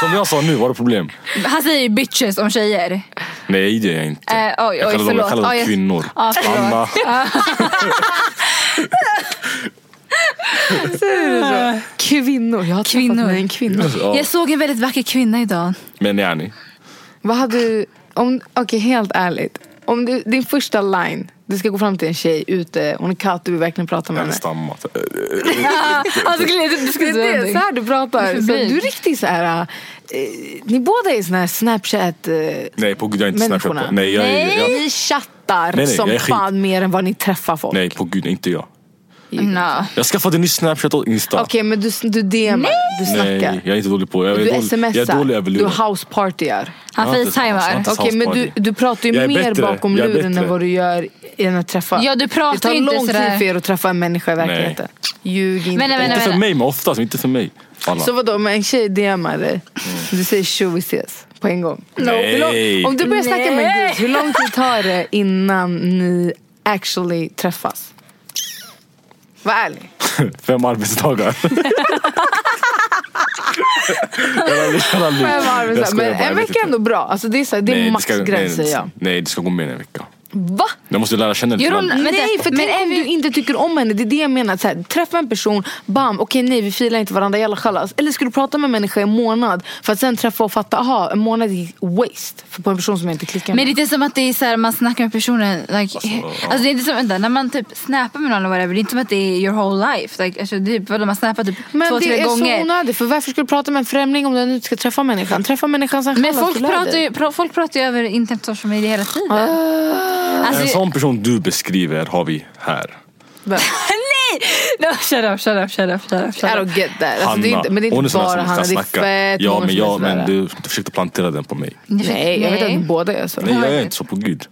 Speaker 3: Som jag sa nu, var det problem?
Speaker 4: Han säger ju bitches om tjejer.
Speaker 3: Nej det är jag inte.
Speaker 4: Eh, oj, oj,
Speaker 3: jag kallar dem,
Speaker 4: förlåt.
Speaker 3: jag kallar dem
Speaker 4: Alltså, Ja, jag-
Speaker 3: kvinnor.
Speaker 4: Ja, förlåt.
Speaker 3: Anna.
Speaker 1: Kvinnor. Jag har Kvinnor.
Speaker 4: Kvinnor.
Speaker 1: träffat mig en kvinna.
Speaker 3: Ja.
Speaker 4: Jag såg en väldigt vacker kvinna idag.
Speaker 3: Men yani.
Speaker 1: Vad hade du... Om, Okej, helt ärligt. Om du, din första line, du ska gå fram till en tjej ute, hon är katt, du vill verkligen prata med
Speaker 3: Jag
Speaker 1: henne.
Speaker 3: hade stammat.
Speaker 4: Alltså, du
Speaker 1: Det är det, så här du pratar.
Speaker 4: Du är
Speaker 1: Så
Speaker 4: förbi.
Speaker 1: du är riktigt så här... Eh, ni båda är såna här Snapchat... Eh,
Speaker 3: Nej på gud jag är inte snapchat
Speaker 1: människorna.
Speaker 3: på. Nej, jag, är- jag,
Speaker 1: Ni chattar
Speaker 3: Nej, nej, jag
Speaker 1: som
Speaker 3: är skit.
Speaker 1: fan mer än vad ni träffar folk.
Speaker 3: nej på gud inte jag.
Speaker 4: No.
Speaker 3: Jag skaffade nyss snapchat och insta.
Speaker 1: Okej, men du, du DMar, du snackar.
Speaker 3: Nej jag är inte dålig på. Jag är
Speaker 1: Du
Speaker 3: dålig,
Speaker 1: smsar,
Speaker 3: Jag är dålig över
Speaker 1: du
Speaker 3: luren.
Speaker 1: housepartyar.
Speaker 3: Jag
Speaker 4: Han
Speaker 3: har inte- jag har
Speaker 4: facetimar.
Speaker 3: inte-
Speaker 1: Okej, men du,
Speaker 3: Houseparty.
Speaker 1: du pratar ju
Speaker 3: Jag är
Speaker 1: mer
Speaker 3: bättre.
Speaker 1: bakom
Speaker 3: Jag är
Speaker 1: luren
Speaker 3: bättre.
Speaker 1: än vad du gör i den här träffa.
Speaker 4: Ja, du pratar
Speaker 1: det tar
Speaker 4: ju inte
Speaker 1: lång
Speaker 4: sådär.
Speaker 1: tid för er att träffa en människa i verkligheten. Ljug inte.
Speaker 4: Men, men, men.
Speaker 3: Inte för mig men oftast, inte för mig. Alla.
Speaker 1: Så vadå, om en tjej DMar
Speaker 3: Mm.
Speaker 1: dig, du säger tjo vi ses på en gång.
Speaker 3: Nej.
Speaker 1: Hur lång- Om du börjar snacka med en
Speaker 4: Nej.
Speaker 1: gud, hur lång tid tar det innan ni actually träffas? Var ärlig.
Speaker 3: Fem arbetsdagar. Jag har aldrig- jag har aldrig-
Speaker 1: Fem varv,
Speaker 3: Jag
Speaker 1: så här.
Speaker 3: skojar
Speaker 1: Men
Speaker 3: bara, jag
Speaker 1: en vecka
Speaker 3: vet
Speaker 1: är
Speaker 3: inte.
Speaker 1: ändå bra. Alltså det är, så här, det är
Speaker 3: Nej, ska-
Speaker 1: maxgräns
Speaker 3: nej,
Speaker 1: säger jag.
Speaker 3: Nej det ska gå mer än en vecka.
Speaker 1: Va?
Speaker 3: Jag måste lära känna
Speaker 4: Gör
Speaker 3: lite
Speaker 4: hon-
Speaker 3: grann.
Speaker 4: Men
Speaker 1: nej,
Speaker 4: det-
Speaker 1: för
Speaker 4: men
Speaker 1: tänk
Speaker 4: är
Speaker 1: om
Speaker 4: vi-
Speaker 1: du inte tycker om henne. Det är det jag menar. Så här, träffa en person, bam, okej nej vi filar inte varandra, jalla chalas. Eller ska du prata med en människa i en månad för att sen träffa och fatta, aha en månad är waste för på en person som jag inte klickar
Speaker 4: Men
Speaker 1: med.
Speaker 4: det är inte som att det är så här, man snackar med personen. Like, alltså, det är inte som, vänta, när man typ snappar med någon eller whatever, det är inte som att det är your whole life. Like, alltså, det är, vadå, man snappar typ
Speaker 1: Men
Speaker 4: två,
Speaker 1: det
Speaker 4: tre
Speaker 1: är så
Speaker 4: gånger.
Speaker 1: onödigt, för varför ska du prata med en främling om du nu inte ska träffa människan? Träffa människan sen alltså,
Speaker 4: men
Speaker 1: chalas,
Speaker 4: folk
Speaker 1: du lär
Speaker 4: pratar,
Speaker 1: dig.
Speaker 4: ju, pro- folk pratar ju över internet och social media hela tiden. Alltså,
Speaker 1: Ah.
Speaker 3: En sån person du beskriver har vi
Speaker 1: Alltså,
Speaker 3: här.
Speaker 1: Vem?
Speaker 4: nej! No, shut up, shut up, shut up, shut up.
Speaker 1: I
Speaker 4: Shut up.
Speaker 1: don't get that. Alltså, det är inte, men det är
Speaker 3: hon
Speaker 1: inte
Speaker 3: sån här
Speaker 1: bara
Speaker 3: som
Speaker 1: Hanna, det
Speaker 3: nästan
Speaker 1: är
Speaker 3: snackar.
Speaker 1: fett
Speaker 3: Ja
Speaker 1: många
Speaker 3: men,
Speaker 1: som är
Speaker 3: ja,
Speaker 1: sådär.
Speaker 3: men du, du försökte plantera den på mig.
Speaker 1: Nej, jag vet att ni båda gör så.
Speaker 3: Nej jag är
Speaker 4: verkligen.
Speaker 3: inte så på gud.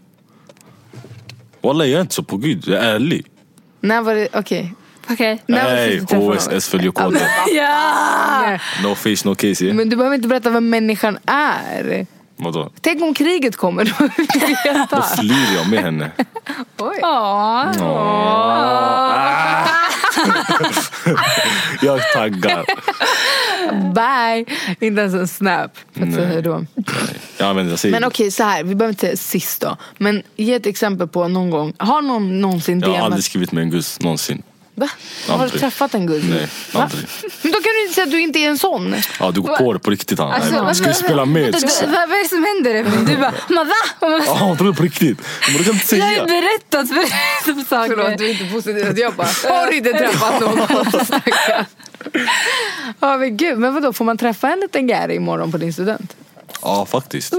Speaker 3: Walla jag är inte så på gud, jag är ärlig.
Speaker 1: När var det, okej.
Speaker 4: Okej.
Speaker 1: När var det
Speaker 3: Nej,
Speaker 1: sist du träffade någon?
Speaker 3: HSS följer koden.
Speaker 4: Ah!
Speaker 1: Nej.
Speaker 3: No face no case. yeah.
Speaker 1: Men du behöver inte berätta vad människan är.
Speaker 3: Vadå?
Speaker 1: Tänk om kriget kommer, då vill vi
Speaker 3: Då
Speaker 1: veta.
Speaker 3: flyr jag med henne.
Speaker 1: Oj.
Speaker 3: Ah. jag taggar.
Speaker 1: Bye! Inte ens en snap för att
Speaker 3: Nej.
Speaker 1: säga hej då.
Speaker 3: Ja, men jag säger
Speaker 1: Men okej, så här. Vi behöver inte säga sist då. Men ge ett exempel på någon gång. Har någon någonsin
Speaker 3: Jag har
Speaker 1: DMat?
Speaker 3: aldrig skrivit med en gus någonsin.
Speaker 1: Va? Har du
Speaker 3: Aldrig.
Speaker 1: träffat en gud?
Speaker 3: Nej,
Speaker 1: Va?
Speaker 3: aldrig.
Speaker 1: Men då kan du inte säga att du inte är en sån.
Speaker 3: Ja, du går på det på riktigt han.
Speaker 4: Alltså,
Speaker 3: du
Speaker 4: vad-
Speaker 3: ska ju spela med.
Speaker 4: Vänta, du- Vad vad är det som händer? Evelyn? Du bara, man va? Man bara,
Speaker 3: Ja, hon tror det på riktigt. Men du kan inte
Speaker 4: Jag har ju
Speaker 3: säga.
Speaker 4: berättat för dig Typ om saker.
Speaker 1: är inte positiv. Jag bara, har du inte träffat någon? Stackarn. Ja men gud, men vadå får man träffa en liten Gary imorgon på din student?
Speaker 3: Ja, faktiskt.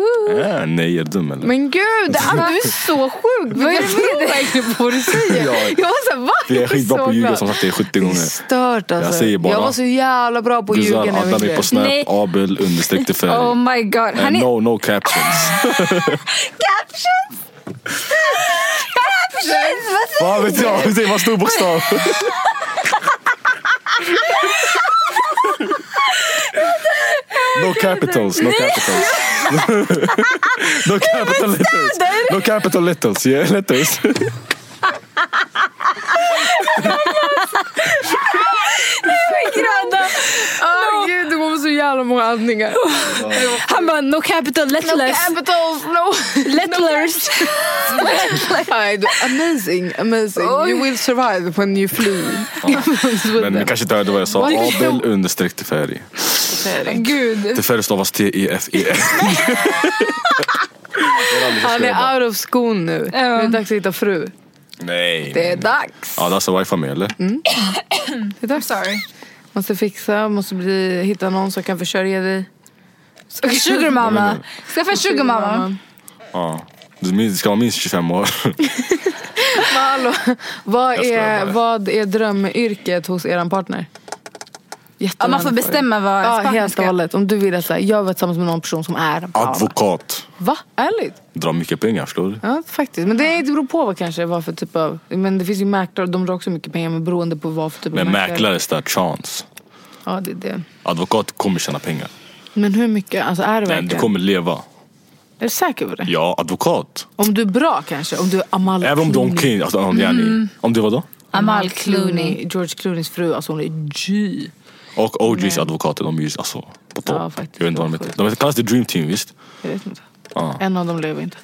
Speaker 3: Ja, nej, är du dum eller?
Speaker 1: Men gud, Anna, du är så sjuk! Vad är det med dig? Vad du säger?
Speaker 3: Ja.
Speaker 1: Jag var såhär, va?
Speaker 3: Jag är skitbra
Speaker 1: så
Speaker 3: på att ljuga
Speaker 1: glad.
Speaker 3: som sagt, det är 70 gånger.
Speaker 1: Stört alltså.
Speaker 3: Jag säger bara.
Speaker 1: Jag var så jävla bra på att ljuga
Speaker 3: Gusar,
Speaker 1: när jag
Speaker 3: adda
Speaker 1: var
Speaker 3: mig
Speaker 1: yngre.
Speaker 3: på Snap,
Speaker 4: Nej.
Speaker 3: Abel understreck till färg.
Speaker 4: Oh my god.
Speaker 3: Eh,
Speaker 4: Han är
Speaker 3: No, no captions.
Speaker 4: captions! captions! Vad säger
Speaker 3: Vad vet jag? Det var stor bokstav. No capitals, no capitals. No capital letters. No capital letters. Yeah, letters.
Speaker 4: grabbarna?
Speaker 1: Åh gud, det var så jävla många andningar.
Speaker 4: Han bara, no capital, let
Speaker 1: No
Speaker 4: less.
Speaker 1: capitals, no...
Speaker 4: Lettlers.
Speaker 1: Nej, du- amazing, amazing. You will survive when you flee.
Speaker 3: Men ni kanske inte hörde vad jag sa. Abel understreck till färg.
Speaker 4: Gud.
Speaker 3: Till färg stavas T-E-F-E.
Speaker 1: Han är out of skon nu. Nu är det dags att hitta fru.
Speaker 3: Nej.
Speaker 1: Det är dags.
Speaker 3: Ja, alltså där ska wifi med eller?
Speaker 1: Det är dags.
Speaker 4: Sorry.
Speaker 1: Måste fixa, måste bli, hitta någon som kan försörja dig.
Speaker 4: Sugar mama. Skaffa en sugar mama.
Speaker 3: Ja. Du minst- ska vara minst 25 år.
Speaker 1: Men hallå, vad,
Speaker 3: Jag skojar
Speaker 1: är,
Speaker 3: bara.
Speaker 1: vad är drömyrket hos er partner?
Speaker 4: Ja, man får
Speaker 1: Jättemånga frågor.
Speaker 4: bestämma vad ens
Speaker 1: Ja,
Speaker 4: partner
Speaker 1: helt och
Speaker 4: ska...
Speaker 1: hållet. Om du vill att så här, jag var tillsammans med någon person som är...
Speaker 3: Advokat.
Speaker 1: Va? Ärligt?
Speaker 3: Drar mycket pengar, förstår du?
Speaker 1: Ja, faktiskt. Men det beror på vad kanske vad för typ av... Men det finns ju mäklare och de drar också mycket pengar men beroende på vad för typ
Speaker 3: Men
Speaker 1: av mäklare.
Speaker 3: mäklare står chans.
Speaker 1: Ja, det är det.
Speaker 3: Advokat kommer tjäna pengar.
Speaker 1: Men hur mycket? Alltså är det
Speaker 3: Nej,
Speaker 1: verkligen?
Speaker 3: du kommer leva.
Speaker 1: Är du säker på det?
Speaker 3: Ja, advokat.
Speaker 1: Om du är bra kanske? Om du är Amal
Speaker 3: Även om du
Speaker 1: Clooney.
Speaker 3: omkring... Alltså, om, mm. om det var då?
Speaker 4: Amal Clooney.
Speaker 1: George Clooneys fru, alltså hon är G.
Speaker 3: Och OGs advokater, de är ju alltså på topp.
Speaker 1: Ja, faktiskt.
Speaker 3: jag vet inte vad de heter. De kallas The Dream Team, visst?
Speaker 1: Jag vet inte.
Speaker 3: Ja.
Speaker 1: En av dem lever inte.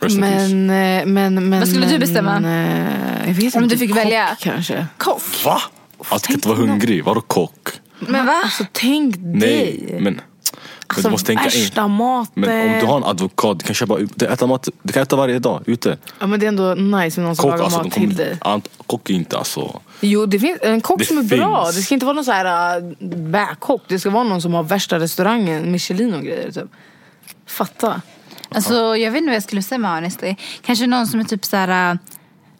Speaker 3: Rest in peace.
Speaker 1: Men, eh, men, men...
Speaker 4: Vad skulle du
Speaker 1: men,
Speaker 4: bestämma?
Speaker 1: eh, Jag vet
Speaker 4: Om
Speaker 1: inte.
Speaker 4: du fick
Speaker 1: Kock
Speaker 4: välja?
Speaker 1: kanske.
Speaker 4: Kock.
Speaker 3: Va? Att du inte vara hungrig? Vadå kock?
Speaker 4: Men va?
Speaker 1: Alltså tänk
Speaker 3: Nej,
Speaker 1: dig.
Speaker 3: men... men
Speaker 1: alltså,
Speaker 3: du måste tänka in.
Speaker 1: värsta maten.
Speaker 3: Men om du har en advokat, du kan köpa... Du kan äta, mat, du kan äta varje dag ute.
Speaker 1: Ja men det är ändå nice med någon som
Speaker 3: Kock,
Speaker 1: lagar
Speaker 3: alltså, de
Speaker 1: mat till
Speaker 3: kommer,
Speaker 1: dig.
Speaker 3: ant, kock är inte alltså...
Speaker 1: Jo det finns en kock
Speaker 3: Det
Speaker 1: som är bra.
Speaker 3: finns.
Speaker 1: Det ska inte vara någon så här äh, bäkock. Det ska vara någon som har värsta restaurangen, Michelin och grejer typ. Fatta.
Speaker 4: Alltså, jag vet inte vad jag skulle bestämma honestly. Kanske någon som är typ såhär uh,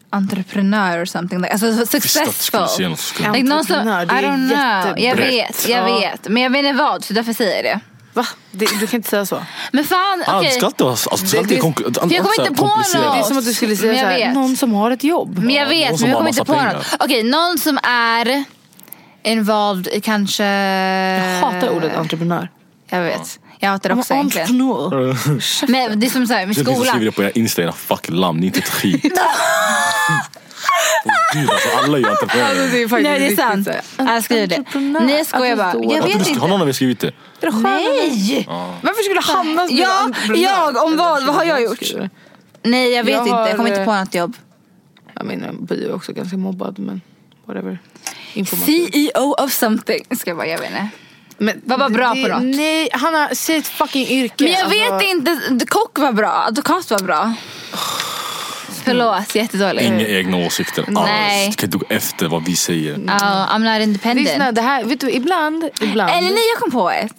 Speaker 4: entreprenör or something. Like, alltså
Speaker 3: Visst att du skulle säga
Speaker 4: successful.
Speaker 3: något så skulle-
Speaker 4: Like, någon som, I
Speaker 1: Entreprenör, det är
Speaker 4: don't know. Jag
Speaker 1: jättebrett.
Speaker 4: vet, jag
Speaker 1: Ja.
Speaker 4: vet. Men jag vet inte vad, så därför säger jag det.
Speaker 1: Va? Det, du kan inte säga så.
Speaker 4: Men fan,
Speaker 3: Ah,
Speaker 4: okej.
Speaker 3: du ska alltid vara... Alltså, du ska alltid
Speaker 1: det-
Speaker 3: konkur-
Speaker 4: kommer
Speaker 3: alltså,
Speaker 4: inte på
Speaker 3: komplicerat.
Speaker 1: Det är
Speaker 4: något.
Speaker 1: som att du skulle
Speaker 4: Men
Speaker 1: säga
Speaker 4: jag
Speaker 1: så här,
Speaker 4: vet.
Speaker 1: någon som har ett jobb.
Speaker 4: Men jag vet,
Speaker 3: någon som
Speaker 4: men jag
Speaker 3: har
Speaker 4: kommer inte på
Speaker 3: massa pengar.
Speaker 4: något. Okej, någon som är involved i kanske...
Speaker 1: Eh, Jag hatar ordet entreprenör.
Speaker 4: Jag vet. Jag hatar det också egentligen.
Speaker 1: Entreprenör.
Speaker 4: Men det är som så här med
Speaker 3: Det finns som skriver
Speaker 4: skolan.
Speaker 3: det på era Insta, era fuck lamm, ni är inte ett skit. Åh, Gud alltså, alla är ju entreprenörer.
Speaker 1: Det är faktiskt
Speaker 4: Nej det är
Speaker 1: riktigt
Speaker 4: sant.
Speaker 1: så här.
Speaker 4: Ja, Jag skriver det.
Speaker 1: Entreprenör.
Speaker 4: Nej jag skojar bara.
Speaker 1: Att det står-
Speaker 4: Jag
Speaker 3: Har inte
Speaker 4: vet
Speaker 3: Alltså, du- Har någon
Speaker 4: inte.
Speaker 3: av er skrivit det?
Speaker 4: Nej!
Speaker 1: Varför skulle Hanna skriva
Speaker 4: Ja,
Speaker 1: entreprenör?
Speaker 4: jag om vad? Vad har jag gjort? Nej jag vet
Speaker 1: Jag
Speaker 4: inte, jag kommer
Speaker 1: har,
Speaker 4: inte på något jobb.
Speaker 1: Jag menar, blir också ganska mobbad men whatever. Information.
Speaker 4: CEO E of something. Ska jag bara, jag vet inte.
Speaker 1: Men
Speaker 4: Var bara bra
Speaker 1: det-
Speaker 4: på något.
Speaker 1: Nej, Hanna, säg ett fucking yrke.
Speaker 4: Men jag
Speaker 1: Alltså,
Speaker 4: vet inte, kock var bra, advokat var bra. Förlåt, jättedålig.
Speaker 3: Inga egna åsikter
Speaker 4: Nej.
Speaker 3: alls. Du kan inte gå efter vad vi säger.
Speaker 4: Ja, I'm not independent.
Speaker 1: Lyssna, det här, vet du, ibland, ibland.
Speaker 4: Eller nej, jag kom på ett.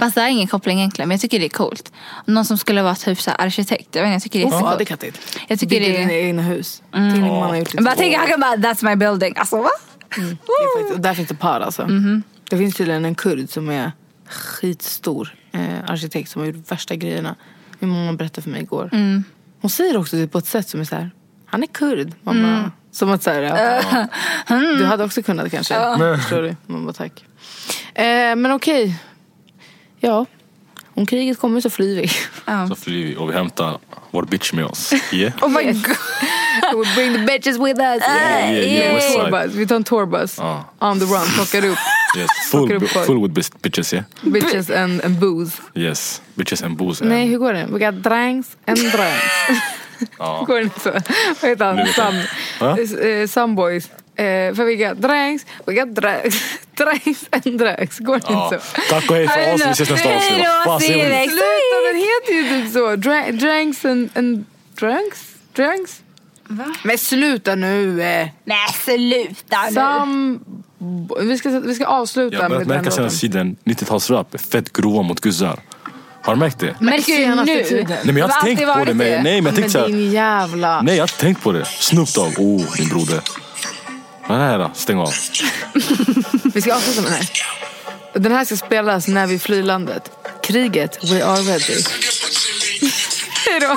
Speaker 4: Fast det här är ingen koppling egentligen, men jag tycker det är coolt. Någon som skulle vara typ så här arkitekt. Jag, vet inte, jag tycker det
Speaker 1: Ja,
Speaker 4: är coolt.
Speaker 1: det kan jag inte.
Speaker 4: Jag tycker
Speaker 1: Bygger
Speaker 4: det är-
Speaker 1: dina egna hus. Mm. Till man har gjort
Speaker 4: Men bara tänk,
Speaker 1: år.
Speaker 4: han kan bara that's my building. Alltså va?
Speaker 1: Mm, Det är faktiskt- och där finns det par alltså. Det finns tydligen en kurd som är skitstor eh, arkitekt som har gjort värsta grejerna. Min mamma berättade för mig igår. Hon säger också det på ett sätt som är så här. han är kurd. Mamma. Som att så här, ja, du hade också kunnat kanske. Förstår du? Mamma tack. Eh, men okej. Ja, om kriget kommer så flyr vi.
Speaker 3: Så flyr vi och vi hämtar vår bitch med oss. Yeah.
Speaker 4: Oh my god.
Speaker 1: We bring the bitches with us.
Speaker 3: Yeah, yeah, yeah, west side.
Speaker 1: Tourbus. Vi tar en tourbus.
Speaker 3: Ja.
Speaker 1: On the run, plockar upp
Speaker 3: Yes. Full,
Speaker 1: Plockar upp folk.
Speaker 3: full with bis- bitches yeah.
Speaker 1: bitches and, and booze.
Speaker 3: Yes. Bitches and booze.
Speaker 1: Nej,
Speaker 3: and-
Speaker 1: hur går den? We got dranks and dranks.
Speaker 3: Ja.
Speaker 1: går den inte så? Vad heter
Speaker 3: Nu
Speaker 1: han?
Speaker 3: vet jag.
Speaker 1: Sam,
Speaker 3: Va?
Speaker 1: eh, Samboys. Eh, för vi got dranks, we got dranks, dranks and dranks. Går den
Speaker 3: Ja.
Speaker 1: inte så?
Speaker 3: Tack och hej
Speaker 1: I
Speaker 3: för oss.
Speaker 1: know.
Speaker 3: Vi ses nästa
Speaker 4: Hej
Speaker 3: avsnitt.
Speaker 4: då,
Speaker 3: Fan,
Speaker 4: see
Speaker 3: ser
Speaker 4: you
Speaker 3: ni?
Speaker 4: next-
Speaker 1: Sluta, den heter ju typ så. Dra- dranks and, and dranks? Dranks? Men sluta nu! eh.
Speaker 4: Nej sluta nu.
Speaker 1: Sam... Vi ska, vi ska avsluta
Speaker 3: Jag har börjat
Speaker 1: med den
Speaker 3: märka senaste
Speaker 1: låten.
Speaker 3: tiden, 90-talsrap är fett grova mot guzzar. Har du märkt det?
Speaker 4: Märker du
Speaker 1: Senaste
Speaker 4: nu?
Speaker 1: tiden.
Speaker 3: Nej men jag
Speaker 4: Det
Speaker 3: har
Speaker 4: har
Speaker 3: inte tänkt
Speaker 4: alltid
Speaker 3: på det.
Speaker 4: varit
Speaker 3: Men,
Speaker 4: det.
Speaker 3: nej men jag
Speaker 1: Men
Speaker 3: tänkte såhär.
Speaker 1: din jävla...
Speaker 3: Nej jag har inte tänkt på det. Snoop Dogg, oh min broder. Vad är det här då? Stäng av.
Speaker 1: Vi ska avsluta med den här. Den här ska spelas när vi flyr landet. Kriget, we are ready. Hej då!